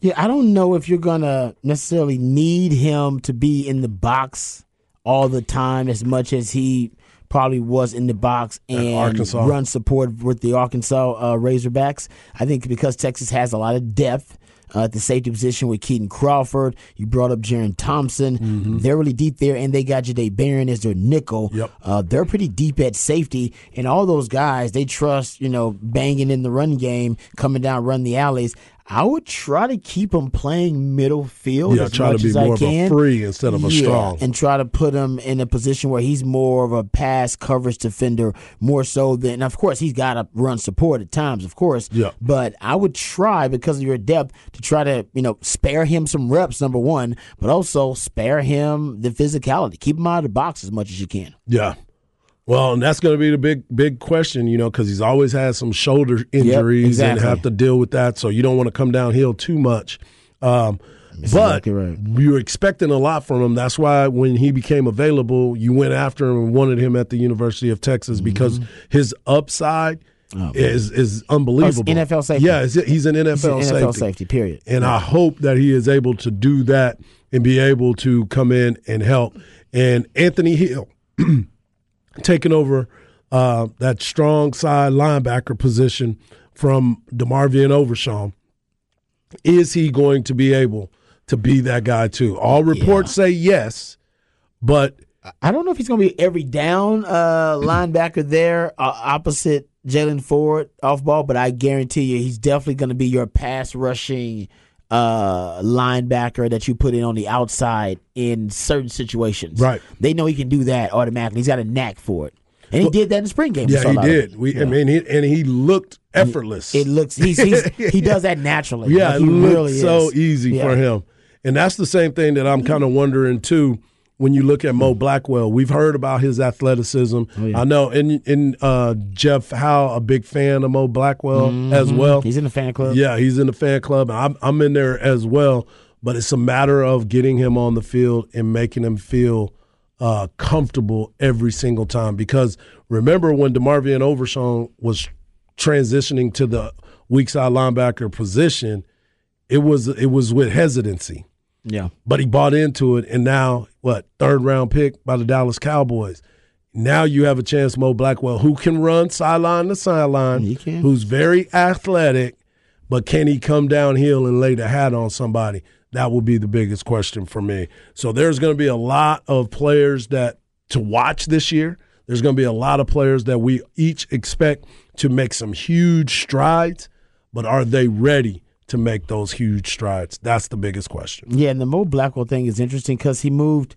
Speaker 2: Yeah, I don't know if you're gonna necessarily need him to be in the box all the time as much as he probably was in the box and
Speaker 3: Arkansas.
Speaker 2: run support with the Arkansas uh, Razorbacks. I think because Texas has a lot of depth. Uh, at the safety position with Keaton Crawford, you brought up Jaron Thompson. They're really deep there, and they got Jade Barron as their nickel.
Speaker 3: Mm-hmm. Yep.
Speaker 2: Uh, they're pretty deep at safety, and all those guys they trust. You know, banging in the run game, coming down, run the alleys. I would try to keep him playing middle field.
Speaker 3: Yeah,
Speaker 2: as
Speaker 3: try to
Speaker 2: much
Speaker 3: be
Speaker 2: as
Speaker 3: more
Speaker 2: I
Speaker 3: of a
Speaker 2: can.
Speaker 3: free instead of a
Speaker 2: Yeah,
Speaker 3: strong.
Speaker 2: and try to put him in a position where he's more of a pass coverage defender, more so than. and Of course, he's got to run support at times, of course.
Speaker 3: Yeah.
Speaker 2: But I would try because of your depth to try to you know spare him some reps, number one, but also spare him the physicality. Keep him out of the box as much as you can.
Speaker 3: Yeah. Well, and that's going to be the big, big question, you know, because he's always had some shoulder injuries
Speaker 2: exactly.
Speaker 3: and have to deal with that. So you don't want to come downhill too much. Um, but
Speaker 2: exactly right.
Speaker 3: you're expecting a lot from him. That's why when he became available, you went after him and wanted him at the University of Texas
Speaker 2: Mm-hmm.
Speaker 3: because his upside
Speaker 2: Oh,
Speaker 3: is is unbelievable.
Speaker 2: NFL safety.
Speaker 3: Yeah, it's- he's an NFL,
Speaker 2: He's an NFL
Speaker 3: safety.
Speaker 2: safety, period.
Speaker 3: And I hope that he is able to do that and be able to come in and help. And Anthony Hill taking over uh, that strong side linebacker position from DeMarvian Overshawn. Is he going to be able to be that guy too? All reports say yes, but
Speaker 2: I don't know if he's going to be every down uh, linebacker there uh, opposite Jalen Ford off ball, but I guarantee you he's definitely going to be your pass rushing uh, linebacker that you put in on the outside in certain situations.
Speaker 3: Right.
Speaker 2: They know he can do that automatically. He's got a knack for it. And he did that in the spring game. we saw
Speaker 3: yeah, he
Speaker 2: a lot of it.
Speaker 3: did. We, I mean, he, and he looked effortless.
Speaker 2: It looks he's, he's he does that naturally.
Speaker 3: Yeah,
Speaker 2: Like,
Speaker 3: it
Speaker 2: he
Speaker 3: looked
Speaker 2: really
Speaker 3: so
Speaker 2: is.
Speaker 3: easy
Speaker 2: Yeah. Mm-hmm.
Speaker 3: for him. And that's the same thing that I'm kind of wondering too. When you look at Mo Blackwell, we've heard about his athleticism.
Speaker 2: Oh,
Speaker 3: I know, and and uh, Jeff Howe, a big fan of Mo Blackwell
Speaker 2: Mm-hmm.
Speaker 3: as well.
Speaker 2: He's in the fan club.
Speaker 3: Yeah, he's in the fan club. and I'm I'm in there as well, but it's a matter of getting him on the field and making him feel uh, comfortable every single time. Because remember when Demarvian Overshawn was transitioning to the weak side linebacker position, it was it was with hesitancy
Speaker 2: Yeah.
Speaker 3: but he bought into it. And now, what third round pick by the Dallas Cowboys? Now you have a chance, Mo Blackwell, who can run sideline to sideline,
Speaker 2: He can.
Speaker 3: who's very athletic, but can he come downhill and lay the hat on somebody? That will be the biggest question for me. So there's going to be a lot of players that to watch this year. There's going to be a lot of players that we each expect to make some huge strides, but are they ready to make those huge strides? That's the biggest question.
Speaker 2: Yeah, and the Mo Blackwell thing is interesting because he moved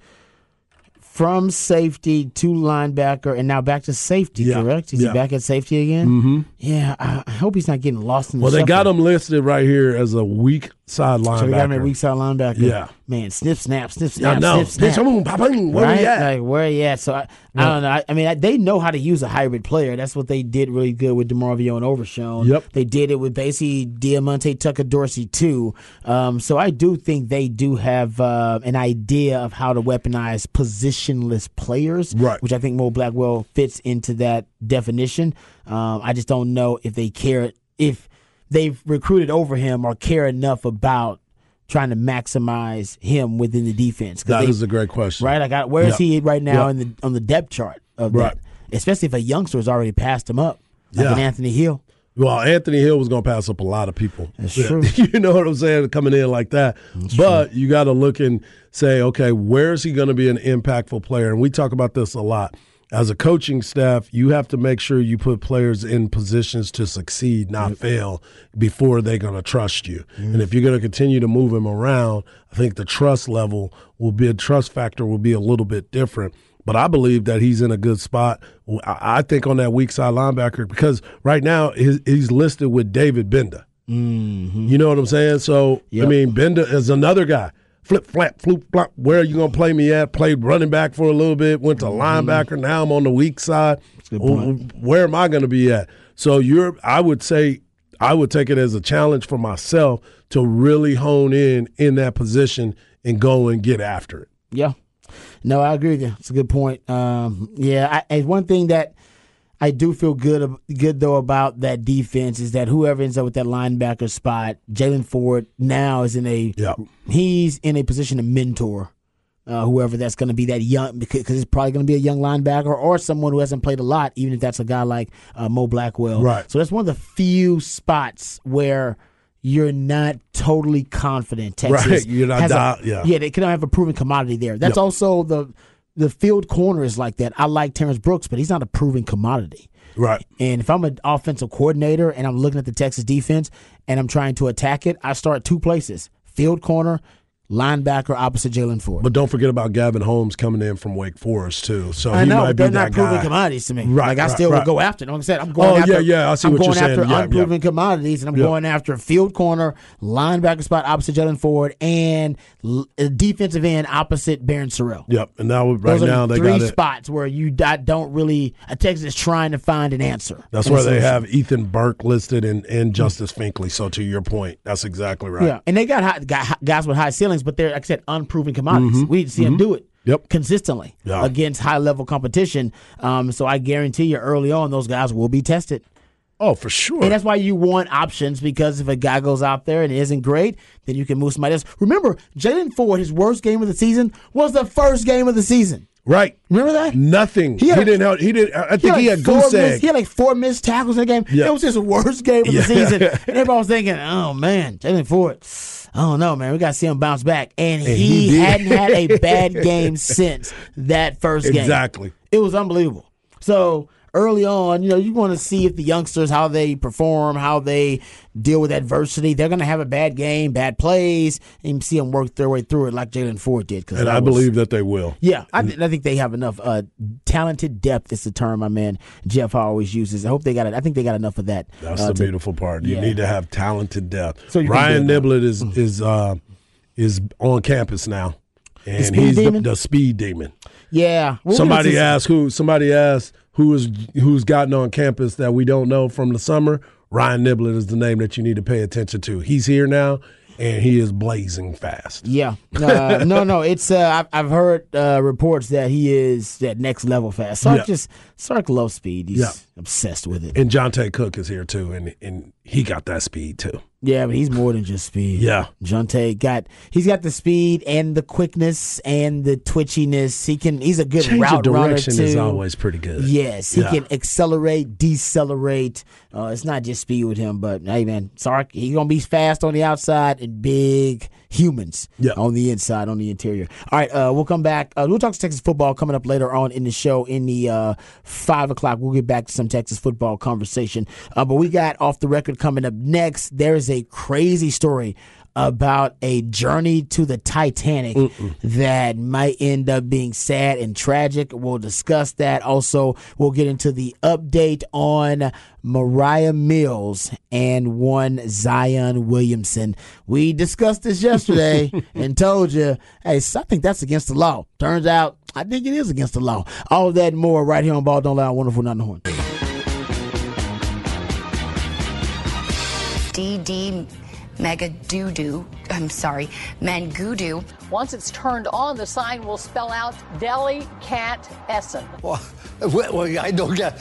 Speaker 2: from safety to linebacker and now back to safety,
Speaker 3: Yeah,
Speaker 2: correct? Is
Speaker 3: yeah.
Speaker 2: he back at safety again? Mm-hmm. Yeah, I, I hope he's not getting lost in the
Speaker 3: Well, they got
Speaker 2: shuffle.
Speaker 3: him listed right here as a weak side linebacker.
Speaker 2: So they got him at weak side linebacker.
Speaker 3: Yeah.
Speaker 2: Man, snip, snap, snip, snap,
Speaker 3: I know.
Speaker 2: snip, snap.
Speaker 3: Bitch, I'm on, ba-bang, where
Speaker 2: right?
Speaker 3: we at?
Speaker 2: Like, where he at? So, I, I don't know. I, I mean, I, they know how to use a hybrid player. That's what they did really good with DeMarvio and Overshone.
Speaker 3: Yep.
Speaker 2: They did it with basically Diamante, Tucker, Dorsey, too. Um, so I do think they do have uh, an idea of how to weaponize positionless players,
Speaker 3: Right.
Speaker 2: which I think Mo Blackwell fits into that definition. Um, I just don't know if they care, if they've recruited over him or care enough about trying to maximize him within the defense. 'Cause
Speaker 3: That
Speaker 2: they-
Speaker 3: is a great question.
Speaker 2: Right? Like, I, where is
Speaker 3: Yeah.
Speaker 2: he right now
Speaker 3: Yeah.
Speaker 2: in the on the depth chart of
Speaker 3: Right.
Speaker 2: that? Especially if a youngster has already passed him up, like
Speaker 3: Yeah.
Speaker 2: an Anthony Hill.
Speaker 3: Well, Anthony Hill was going to pass up a lot of people.
Speaker 2: That's
Speaker 3: Yeah.
Speaker 2: true.
Speaker 3: you know what I'm saying? Coming in like that. but you got to look and say, okay, where is he going to be an impactful player? And we talk about this a lot. As a coaching staff, you have to make sure you put players in positions to succeed, not fail, before they're going to trust you. And if you're going to continue to move him around, I think the trust level will be a trust factor will be a little bit different. But I believe that he's in a good spot. I I think on that weak side linebacker because right now he's he's listed with David Bender. You know what I'm saying? So I
Speaker 2: Yep.
Speaker 3: mean, Bender is another guy. Flip, flap, floop, flop. Where are you gonna play me at? Played running back for a little bit. Went to
Speaker 2: Mm-hmm.
Speaker 3: linebacker. Now I'm on the weak side. Wh- wh- Where am I gonna be at? So you're, I would say, I would take it as a challenge for myself to really hone in in that position and go and get after it.
Speaker 2: Yeah. No, I agree with you. It's a good point. Um, yeah, I, and one thing that I do feel good ab- good though about that defense is that whoever ends up with that linebacker spot, Jalen Ford now is in a
Speaker 3: Yeah.
Speaker 2: he's in a position to mentor uh, whoever that's going to be that young because 'cause it's probably going to be a young linebacker or someone who hasn't played a lot, even if that's a guy like uh, Mo Blackwell.
Speaker 3: Right.
Speaker 2: So that's one of the few spots where you're not totally confident. Texas
Speaker 3: Right, you're not
Speaker 2: has a-
Speaker 3: dial- yeah.
Speaker 2: yeah, they cannot have a proven commodity there. That's
Speaker 3: Yeah.
Speaker 2: also the the field corner is like that. I like Terrence Brooks, but he's not a proven commodity.
Speaker 3: Right.
Speaker 2: And if I'm an offensive coordinator and I'm looking at the Texas defense and I'm trying to attack it, I start two places: field corner, linebacker, opposite Jalen Ford.
Speaker 3: But don't forget about Gavin Holmes coming in from Wake Forest too. So
Speaker 2: I
Speaker 3: Oh, he
Speaker 2: know,
Speaker 3: might
Speaker 2: but
Speaker 3: be
Speaker 2: they're
Speaker 3: that
Speaker 2: not proven
Speaker 3: guy.
Speaker 2: commodities to me.
Speaker 3: Right,
Speaker 2: like I
Speaker 3: right,
Speaker 2: still
Speaker 3: right.
Speaker 2: would go after. it. Like I said, I'm going.
Speaker 3: Oh,
Speaker 2: after,
Speaker 3: yeah, yeah, I see
Speaker 2: am
Speaker 3: what
Speaker 2: going
Speaker 3: you're saying.
Speaker 2: after
Speaker 3: Yeah, yeah.
Speaker 2: unproven commodities, and I'm
Speaker 3: Yeah.
Speaker 2: going after field corner, linebacker spot opposite Jalen Ford, and l- uh, defensive end opposite Baron Sorrell.
Speaker 3: Yep. And now right
Speaker 2: Those are
Speaker 3: now
Speaker 2: the
Speaker 3: they
Speaker 2: three
Speaker 3: got it.
Speaker 2: spots where you di- don't really. A Texas is trying to find an answer.
Speaker 3: That's
Speaker 2: And
Speaker 3: where
Speaker 2: a
Speaker 3: they
Speaker 2: solution.
Speaker 3: have Ethan Burke listed and, and Justice Finkley. So to your point, that's exactly right.
Speaker 2: Yeah, and they got high, got guys with high ceilings, but they're like I said unproven commodities. We need to see them do it.
Speaker 3: Mm-hmm. Yep.
Speaker 2: consistently
Speaker 3: Yeah.
Speaker 2: against high level competition. Um, so I guarantee you, early on, those guys will be tested.
Speaker 3: Oh, for sure.
Speaker 2: And that's why you want options because if a guy goes out there and isn't great, then you can move somebody else. Remember, Jalen Ford, his worst game of the season was the first game of the season.
Speaker 3: right.
Speaker 2: Remember that?
Speaker 3: Nothing. He,
Speaker 2: He had a-
Speaker 3: didn't help. He didn't. I I
Speaker 2: He
Speaker 3: think he
Speaker 2: like
Speaker 3: had
Speaker 2: four
Speaker 3: goose
Speaker 2: missed-
Speaker 3: egg.
Speaker 2: he had like four missed tackles in the game.
Speaker 3: Yeah.
Speaker 2: It was his worst game of
Speaker 3: Yeah.
Speaker 2: the season. and everybody was thinking, oh man, Jalen Ford, I don't know, man. We got to see him bounce back. And,
Speaker 3: he
Speaker 2: he,
Speaker 3: did.
Speaker 2: hadn't had a bad game since that first game.
Speaker 3: Exactly.
Speaker 2: It was unbelievable. So early on, you know, you want to see if the youngsters how they perform, how they deal with adversity. They're going to have a bad game, bad plays, and see them work their way through it like Jalen Ford did. 'cause
Speaker 3: And
Speaker 2: that
Speaker 3: I
Speaker 2: was-
Speaker 3: believe that they will.
Speaker 2: yeah, I, th- I think they have enough. Uh, talented depth is the term my man Jeff always uses. I hope they got it. I think they got enough of that.
Speaker 3: That's
Speaker 2: uh,
Speaker 3: the
Speaker 2: to-
Speaker 3: beautiful part. You
Speaker 2: yeah.
Speaker 3: need to have talented depth.
Speaker 2: So you can
Speaker 3: Ryan
Speaker 2: build Mm.
Speaker 3: Niblett is is uh, is on campus now, and
Speaker 2: speed
Speaker 3: he's the,
Speaker 2: demon?
Speaker 3: the speed demon.
Speaker 2: Yeah, Well,
Speaker 3: somebody
Speaker 2: this is-
Speaker 3: asked who. Somebody asked who is who's gotten on campus that we don't know from the summer. Ryan Niblett is the name that you need to pay attention to. He's here now, and he is blazing fast.
Speaker 2: Yeah, uh, no, no. It's uh, I've, I've heard uh, reports that he is that next level fast. Sark
Speaker 3: Yeah.
Speaker 2: just Sark low speed. He's
Speaker 3: Yeah.
Speaker 2: obsessed with it.
Speaker 3: And Jonte Cook is here too, and and he got that speed too.
Speaker 2: Yeah, but he's more than just speed.
Speaker 3: Yeah.
Speaker 2: Jonte got he's got the speed and the quickness and the twitchiness. He can. He's a good
Speaker 3: Change of
Speaker 2: route runner
Speaker 3: direction
Speaker 2: too.
Speaker 3: is always pretty good.
Speaker 2: Yes, he
Speaker 3: Yeah.
Speaker 2: can accelerate, decelerate. Uh, it's not just speed with him, but hey, man, Sark, he's gonna be fast on the outside and big humans
Speaker 3: Yeah.
Speaker 2: on the inside, on the interior. All right, uh, we'll come back. Uh, we'll talk Texas football coming up later on in the show in the uh, five o'clock. We'll get back to some Texas football conversation, uh, but we got off the record coming up next. There is a crazy story. About a journey to the Titanic that might end up being sad and tragic. We'll discuss that. Also, we'll get into the update on Mariah Mills and one Zion Williamson. We discussed this yesterday and told you, hey, so I think that's against the law. Turns out, I think it is against the law. All that and more right here on Ball Don't Lie, on wonderful Not the Horn.
Speaker 9: DD Mega Doodoo. I'm sorry, Mangudu.
Speaker 10: Once it's turned on, the sign will spell out Deli Cat Essen.
Speaker 7: I don't get,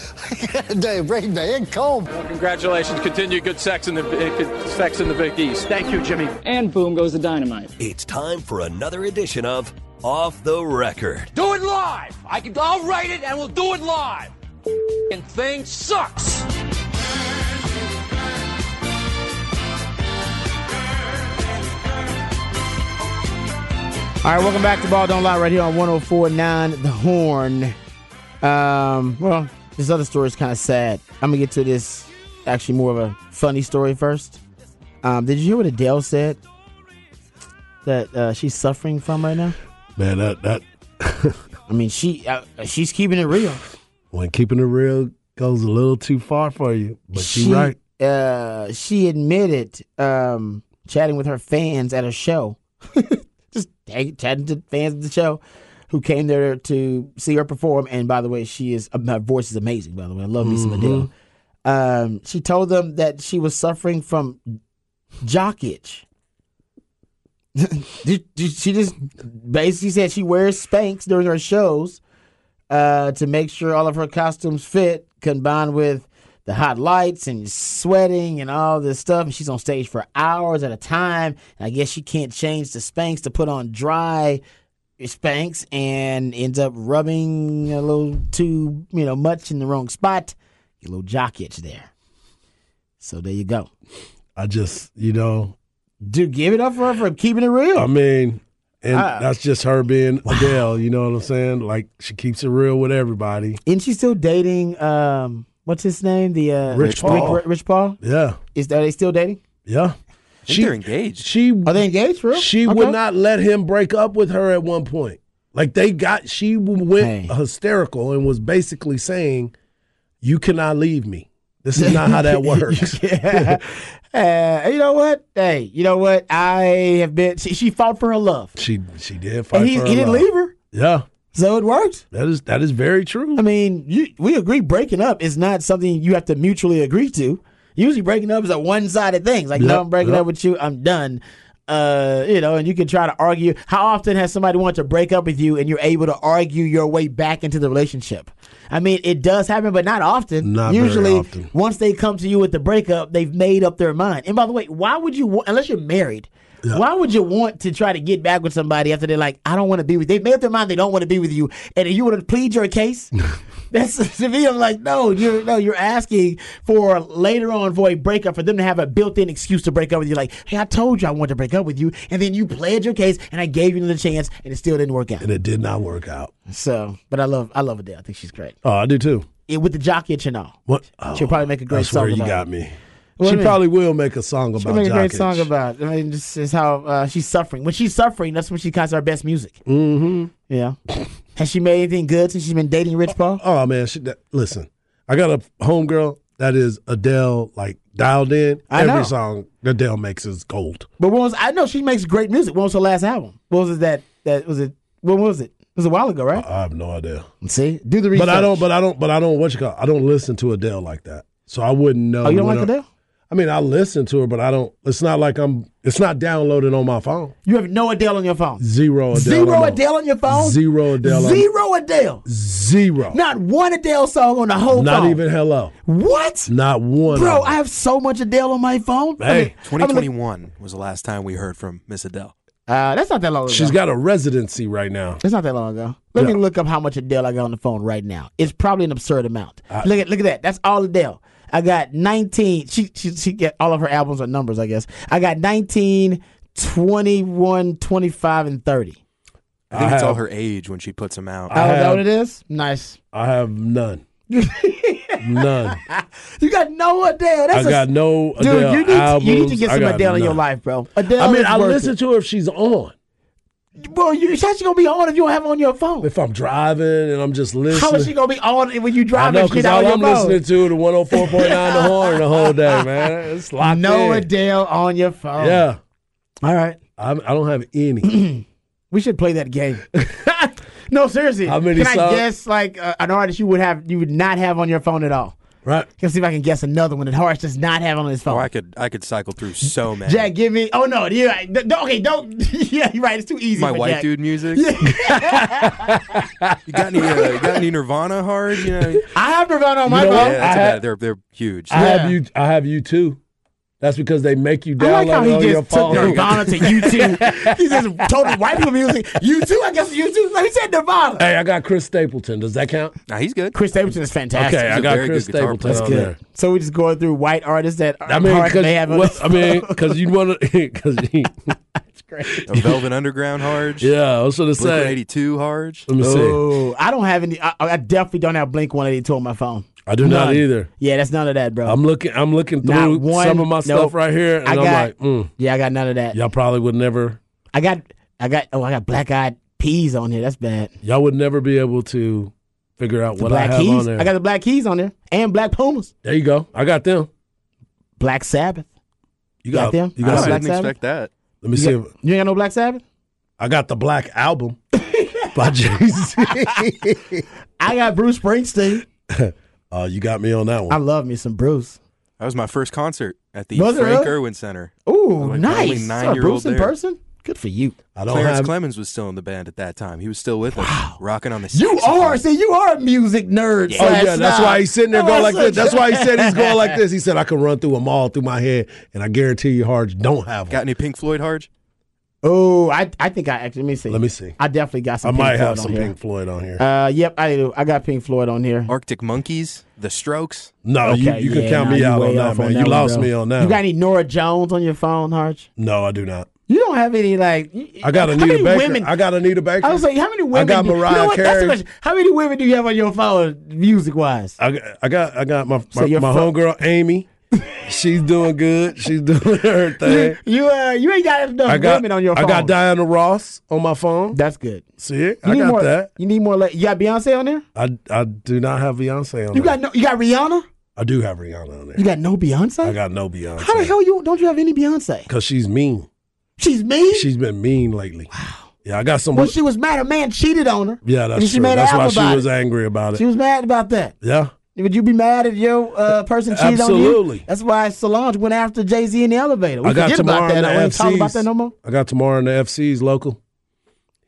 Speaker 7: they break my income.
Speaker 8: Congratulations. Continue good sex in the eh, sex in the Big East. Thank you, Jimmy.
Speaker 10: And boom goes the dynamite.
Speaker 1: It's time for another edition of Off the Record.
Speaker 8: Do it live. I can. I'll write it and we'll do it live. And thing sucks.
Speaker 2: All right, welcome back to Ball Don't Lie right here on 1049 The Horn. Um, well, this other story is kind of sad. I'm going to get to this actually more of a funny story first. Um, did you hear what Adele said? That uh, she's suffering from right now?
Speaker 3: Man, that that
Speaker 2: I mean, she uh, she's keeping it real.
Speaker 3: when keeping it real goes a little too far for you, but you're right.
Speaker 2: Uh, she admitted um, chatting with her fans at a show, just hang- chatting to fans at the show who came
Speaker 3: Mm-hmm.
Speaker 2: there to see her perform. And by the way, she is uh, her voice is amazing. By the way, I love me some Adele. Um, she told them that she was suffering from jock itch. Did- did- she just basically said she wears Spanx during her shows uh, to make sure all of her costumes fit, combined with the hot lights and sweating and all this stuff. And she's on stage for hours at a time. And I guess she can't change the Spanx to put on dry Spanx and ends up rubbing a little too, you know, much in the wrong spot. Get a little jock itch there. So there you go.
Speaker 3: I just, you know,
Speaker 2: dude, give it up for her for keeping it real.
Speaker 3: I mean, and
Speaker 2: Ah.
Speaker 3: that's just her being Adele. You know what I'm saying? Like she keeps it real with everybody.
Speaker 2: Isn't she still dating um what's his name? The uh
Speaker 3: Rich Paul.
Speaker 2: Rick, Rich Paul?
Speaker 3: Yeah,
Speaker 2: Is are they still dating?
Speaker 3: yeah.
Speaker 4: think they're engaged.
Speaker 3: She
Speaker 2: Are they engaged, real?
Speaker 3: she
Speaker 2: Okay.
Speaker 3: would not let him break up with her at one point. Like they got, she went hysterical and was basically saying, "You cannot leave me. This is not how that works."
Speaker 2: Yeah. Uh, you know what? Hey, you know what? I have been she, she fought for her love.
Speaker 3: She she did fight
Speaker 2: And he,
Speaker 3: for her
Speaker 2: he didn't
Speaker 3: love.
Speaker 2: leave her.
Speaker 3: Yeah,
Speaker 2: So it worked.
Speaker 3: that is that is very true.
Speaker 2: I mean, you, we agree breaking up is not something you have to mutually agree to. Usually breaking up is a one sided thing. It's like,
Speaker 3: Yep,
Speaker 2: no, I'm breaking
Speaker 3: yep.
Speaker 2: up with you, I'm done. Uh, you know, and you can try to argue. How often has somebody wanted to break up with you and you're able to argue your way back into the relationship? I mean, it does happen, but not often.
Speaker 3: Not very
Speaker 2: Usually,
Speaker 3: often.
Speaker 2: once they come to you with the breakup, they've made up their mind. And by the way, why would you, wa- unless you're married, why would you want to try to get back with somebody after they're like, I don't want to be with you? They made up their mind they don't want to be with you. And you want to plead your case? That's to me, I'm like, no, you're no, you're asking for later on for a breakup for them to have a built-in excuse to break up with you. Like, hey, I told you I wanted to break up with you, and then you pled your case, and I gave you another chance, and it still didn't work out.
Speaker 3: and it did not work out.
Speaker 2: So, but I love I love Adele. I think she's great.
Speaker 3: Oh, I do too.
Speaker 2: It, with the jock itch and all.
Speaker 3: What?
Speaker 2: She'll probably make a great
Speaker 3: that's where
Speaker 2: song
Speaker 3: you
Speaker 2: about
Speaker 3: got
Speaker 2: it.
Speaker 3: me.
Speaker 2: What do
Speaker 3: she
Speaker 2: you mean?
Speaker 3: probably will make a song
Speaker 2: She'll
Speaker 3: about
Speaker 2: make a great
Speaker 3: jock
Speaker 2: song
Speaker 3: itch.
Speaker 2: about. I mean, this is how uh, she's suffering. When she's suffering, that's when she kinds her best music. Mm-hmm. Yeah. Has she made anything good since she's been dating Rich Paul?
Speaker 3: Oh man, she, that, listen, I got a homegirl that is Adele, like dialed in.
Speaker 2: I
Speaker 3: Every
Speaker 2: know.
Speaker 3: song Adele makes is gold.
Speaker 2: But when was I know she makes great music. When was her last album? What was it that that was it? When was it? It was a while ago, right?
Speaker 3: I have no idea,
Speaker 2: See, do the research.
Speaker 3: but I don't, but I don't, but I don't. What you call? I don't listen to Adele like that, so I wouldn't know.
Speaker 2: oh, you don't
Speaker 3: when
Speaker 2: like
Speaker 3: I-
Speaker 2: Adele?
Speaker 3: I mean, I listen to her, but I don't. It's not like I'm. It's not downloaded on my phone.
Speaker 2: You have no Adele on your phone.
Speaker 3: Zero Adele.
Speaker 2: Zero
Speaker 3: on my-
Speaker 2: Adele on your phone.
Speaker 3: Zero Adele. on-
Speaker 2: Zero Adele.
Speaker 3: Zero.
Speaker 2: Not one Adele song on the whole.
Speaker 3: Not
Speaker 2: phone.
Speaker 3: even hello.
Speaker 2: What?
Speaker 3: Not one.
Speaker 2: Bro,
Speaker 3: of them.
Speaker 2: I have so much Adele on my phone. I mean, I
Speaker 3: Hey,
Speaker 2: mean, look-
Speaker 4: 2021 was the last time we heard from Miss Adele.
Speaker 2: uh, that's not that long ago.
Speaker 3: She's got a residency right now.
Speaker 2: It's not that long ago. Let me look up how much Adele I got on the phone right now. It's probably an absurd amount. look at look at that. That's all Adele. I got 19. She she she get all of her albums are numbers, I guess. I got 19, 21, 25 and 30.
Speaker 4: I think
Speaker 3: I
Speaker 4: it's all
Speaker 3: have-
Speaker 4: her age when she puts them out.
Speaker 2: Oh, is that
Speaker 3: have-
Speaker 2: what it is? Nice.
Speaker 3: I have none. none.
Speaker 2: You got no Adele. That's
Speaker 3: I
Speaker 2: a-
Speaker 3: got no
Speaker 2: Dude,
Speaker 3: Adele
Speaker 2: you need to, you need to
Speaker 3: albums.
Speaker 2: get
Speaker 3: I
Speaker 2: some
Speaker 3: got
Speaker 2: Adele in your
Speaker 3: none.
Speaker 2: life, bro. Adele
Speaker 3: I mean,
Speaker 2: is
Speaker 3: I
Speaker 2: worth
Speaker 3: listen
Speaker 2: it.
Speaker 3: to her if she's on.
Speaker 2: Bro, you how's she gonna be on if you don't have it on your phone?
Speaker 3: If I'm driving and I'm just listening.
Speaker 2: How is she gonna be on when you
Speaker 3: I
Speaker 2: drive
Speaker 3: know
Speaker 2: if she's
Speaker 3: because
Speaker 2: not on
Speaker 3: all I'm
Speaker 2: your phone?
Speaker 3: listening to the 104.9 The Horn the whole day, man. It's locked
Speaker 2: no
Speaker 3: in.
Speaker 2: Adele on your phone.
Speaker 3: Yeah,
Speaker 2: All right.
Speaker 3: I'm, I don't have any.
Speaker 2: We should play that game. no, seriously.
Speaker 3: How many
Speaker 2: Can I
Speaker 3: songs?
Speaker 2: guess like uh, an artist you would have you would not have on your phone at all?
Speaker 3: right?
Speaker 2: Let's see if I can guess another one that Horace does not have on his
Speaker 4: Oh,
Speaker 2: phone.
Speaker 4: I could I could cycle through so many.
Speaker 2: Jack, give me. Oh no, you right. Th- okay? Don't. yeah, you're right. It's too easy.
Speaker 4: my
Speaker 2: for
Speaker 4: white
Speaker 2: Jack.
Speaker 4: dude music. you got any? Uh, you got any Nirvana hard? You know,
Speaker 2: I have Nirvana on my
Speaker 3: know
Speaker 4: yeah,
Speaker 2: phone.
Speaker 3: what?
Speaker 4: that's
Speaker 3: I
Speaker 4: about
Speaker 3: had-
Speaker 4: it. They're they're huge.
Speaker 3: I
Speaker 2: Yeah.
Speaker 3: have you. I have you too. That's because they make you
Speaker 2: I like
Speaker 3: download
Speaker 2: how
Speaker 3: on
Speaker 2: he
Speaker 3: your
Speaker 2: just took
Speaker 3: phone.
Speaker 2: Nirvana to YouTube. he just total white people music. YouTube, I guess YouTube. No, he said Nirvana.
Speaker 3: Hey, I got Chris Stapleton. Does that count?
Speaker 4: Nah, he's good.
Speaker 2: Chris Stapleton is fantastic.
Speaker 3: Okay,
Speaker 4: he's
Speaker 3: I
Speaker 4: a
Speaker 3: got
Speaker 4: very
Speaker 3: Chris
Speaker 4: good guitar
Speaker 3: Stapleton.
Speaker 4: player.
Speaker 3: That's
Speaker 4: That's
Speaker 3: on
Speaker 2: Good.
Speaker 3: There.
Speaker 2: So we just going through white artists that
Speaker 3: I mean,
Speaker 2: Horace may have on his
Speaker 3: because I mean, because you want to, because
Speaker 4: A Velvet Underground hard.
Speaker 3: yeah, I was gonna
Speaker 4: Blink
Speaker 3: say.
Speaker 4: 182 hard.
Speaker 3: Let me see.
Speaker 2: Oh, I don't have any. I, I definitely don't have Blink 182 on my phone.
Speaker 3: I do not
Speaker 2: None.
Speaker 3: either.
Speaker 2: Yeah, that's none of that, bro.
Speaker 3: I'm looking. I'm looking
Speaker 2: Not
Speaker 3: through
Speaker 2: one-
Speaker 3: some of my
Speaker 2: nope.
Speaker 3: stuff right here, and
Speaker 2: I
Speaker 3: I am
Speaker 2: got-
Speaker 3: like, mm,
Speaker 2: yeah, I got none of that.
Speaker 3: y'all probably would never.
Speaker 2: I got, I got, oh, I got black eyed peas on here. That's bad.
Speaker 3: Y'all would never be able to figure out
Speaker 2: The
Speaker 3: what I
Speaker 2: black
Speaker 3: have
Speaker 2: keys.
Speaker 3: on there.
Speaker 2: I got the black keys on there and black pumas.
Speaker 3: there you go. I got them.
Speaker 2: Black Sabbath.
Speaker 3: You
Speaker 2: Got
Speaker 3: got,
Speaker 2: them?
Speaker 3: You
Speaker 4: I
Speaker 3: got.
Speaker 2: got
Speaker 4: didn't
Speaker 2: Black
Speaker 3: Some,
Speaker 2: Sabbath?
Speaker 4: expect that.
Speaker 3: let me
Speaker 2: You
Speaker 3: see.
Speaker 2: got-
Speaker 3: if,
Speaker 2: you ain't got no Black Sabbath?
Speaker 3: I got the Black Album by Jay Z.
Speaker 2: I got Bruce Springsteen.
Speaker 3: Uh, you got me on that one.
Speaker 2: I love me some Bruce.
Speaker 4: That was my first concert at the
Speaker 2: Was it
Speaker 4: Frank
Speaker 2: really?
Speaker 4: Irwin Center.
Speaker 2: Ooh,
Speaker 4: Like,
Speaker 2: nice.
Speaker 4: Only
Speaker 2: Saw
Speaker 4: nine year old
Speaker 2: Bruce in
Speaker 4: there.
Speaker 2: person. Good for you.
Speaker 3: I
Speaker 4: Clarence Clemens was still in the band at that time. He was still with us, rocking on the.
Speaker 2: You
Speaker 4: saxophone.
Speaker 2: are see, you are a music nerd.
Speaker 3: Oh
Speaker 2: slash
Speaker 3: yeah, that's
Speaker 2: snob.
Speaker 3: why he's sitting there going like
Speaker 2: That's what-
Speaker 3: this. That's why he said he's going like this. He said I can run through them all through my head, and I guarantee you, Harge don't have them.
Speaker 4: Got any Pink Floyd, Harge?
Speaker 2: Oh, I I think I actually let me see.
Speaker 3: Let me see.
Speaker 2: I definitely got
Speaker 3: I
Speaker 2: some.
Speaker 3: might
Speaker 2: Pink Floyd
Speaker 3: have some
Speaker 2: on here.
Speaker 3: Pink Floyd on here.
Speaker 2: Uh, yep, I do. I got Pink Floyd on here.
Speaker 4: Arctic Monkeys, The Strokes.
Speaker 3: no,
Speaker 2: Okay,
Speaker 3: Oh, you, you can
Speaker 2: yeah,
Speaker 3: count
Speaker 2: nah,
Speaker 3: me
Speaker 2: you
Speaker 3: out on
Speaker 2: way
Speaker 3: that,
Speaker 2: off on
Speaker 3: man.
Speaker 2: that
Speaker 3: you
Speaker 2: one,
Speaker 3: lost
Speaker 2: bro.
Speaker 3: me on that.
Speaker 2: You got
Speaker 3: one.
Speaker 2: any Nora Jones on your phone, Harch?
Speaker 3: No, I do not.
Speaker 2: You don't have any like. y-
Speaker 3: I got
Speaker 2: how
Speaker 3: Anita
Speaker 2: many
Speaker 3: Baker.
Speaker 2: Women,
Speaker 3: I got Anita Baker.
Speaker 2: I was like, how many women?
Speaker 3: I got
Speaker 2: do- you
Speaker 3: Mariah
Speaker 2: know what? That's the
Speaker 3: Carey.
Speaker 2: question. How many women do you have on your phone, music wise?
Speaker 3: I got, I got, I got my my,
Speaker 2: So you're
Speaker 3: my
Speaker 2: fu-
Speaker 3: homegirl Amy. She's doing good. She's doing her thing.
Speaker 2: You uh, you ain't got enough
Speaker 3: I got
Speaker 2: women on your
Speaker 3: I
Speaker 2: phone.
Speaker 3: got Diana Ross on my phone.
Speaker 2: That's good.
Speaker 3: See, it?
Speaker 2: You
Speaker 3: I
Speaker 2: need
Speaker 3: got
Speaker 2: more,
Speaker 3: that.
Speaker 2: You need more. Like, you got Beyonce on there.
Speaker 3: I I do not have Beyonce on.
Speaker 2: You
Speaker 3: there.
Speaker 2: got no. You got Rihanna.
Speaker 3: I do have Rihanna on there.
Speaker 2: You got no Beyonce.
Speaker 3: I got no Beyonce.
Speaker 2: How the hell you don't you have any Beyonce?
Speaker 3: Cause she's mean.
Speaker 2: She's mean.
Speaker 3: She's been mean lately. Yeah, I got some.
Speaker 2: well, she was mad. Her man cheated on her.
Speaker 3: yeah, that's
Speaker 2: and she
Speaker 3: true.
Speaker 2: made
Speaker 3: That's
Speaker 2: an
Speaker 3: why
Speaker 2: album
Speaker 3: she
Speaker 2: about
Speaker 3: was
Speaker 2: it.
Speaker 3: angry about it.
Speaker 2: She was mad about that.
Speaker 3: yeah,
Speaker 2: Would you be mad if your uh, person cheated on you?
Speaker 3: Absolutely.
Speaker 2: That's why Solange went after Jay Z in the elevator. We
Speaker 3: I got
Speaker 2: forget
Speaker 3: tomorrow
Speaker 2: about that.
Speaker 3: in the
Speaker 2: I ain't talking about
Speaker 3: FCs.
Speaker 2: that no more.
Speaker 3: I got tomorrow in the FC's local.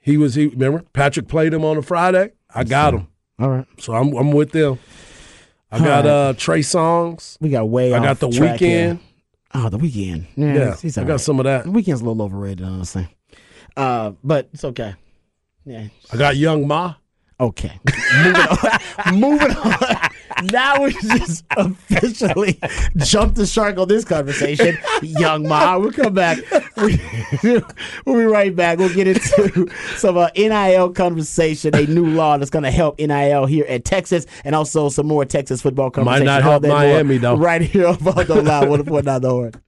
Speaker 3: He was he remember Patrick played him on a Friday. I got him,
Speaker 2: All right,
Speaker 3: so I'm I'm with them. I got uh Trey songs.
Speaker 2: we got way.
Speaker 3: I
Speaker 2: off
Speaker 3: got the
Speaker 2: track
Speaker 3: weekend.
Speaker 2: Here. Oh, the weekend. Yeah,
Speaker 3: Yeah,
Speaker 2: he's- he's
Speaker 3: I
Speaker 2: all
Speaker 3: got
Speaker 2: right.
Speaker 3: some of that.
Speaker 2: The weekend's a little overrated, honestly. Uh, but it's okay. Yeah.
Speaker 3: I got Young Ma.
Speaker 2: Okay. Moving on. Moving on. Now we just officially jumped the shark on this conversation. Young Ma, we'll come back. We, will be right back. We'll get into some uh, NIL conversation, a new law that's going to help NIL here at Texas, and also some more Texas football
Speaker 3: Might
Speaker 2: conversation.
Speaker 3: not
Speaker 2: All
Speaker 3: help
Speaker 2: that more
Speaker 3: Miami, though.
Speaker 2: oh Right here on Baldo Live 104.9 The Horn.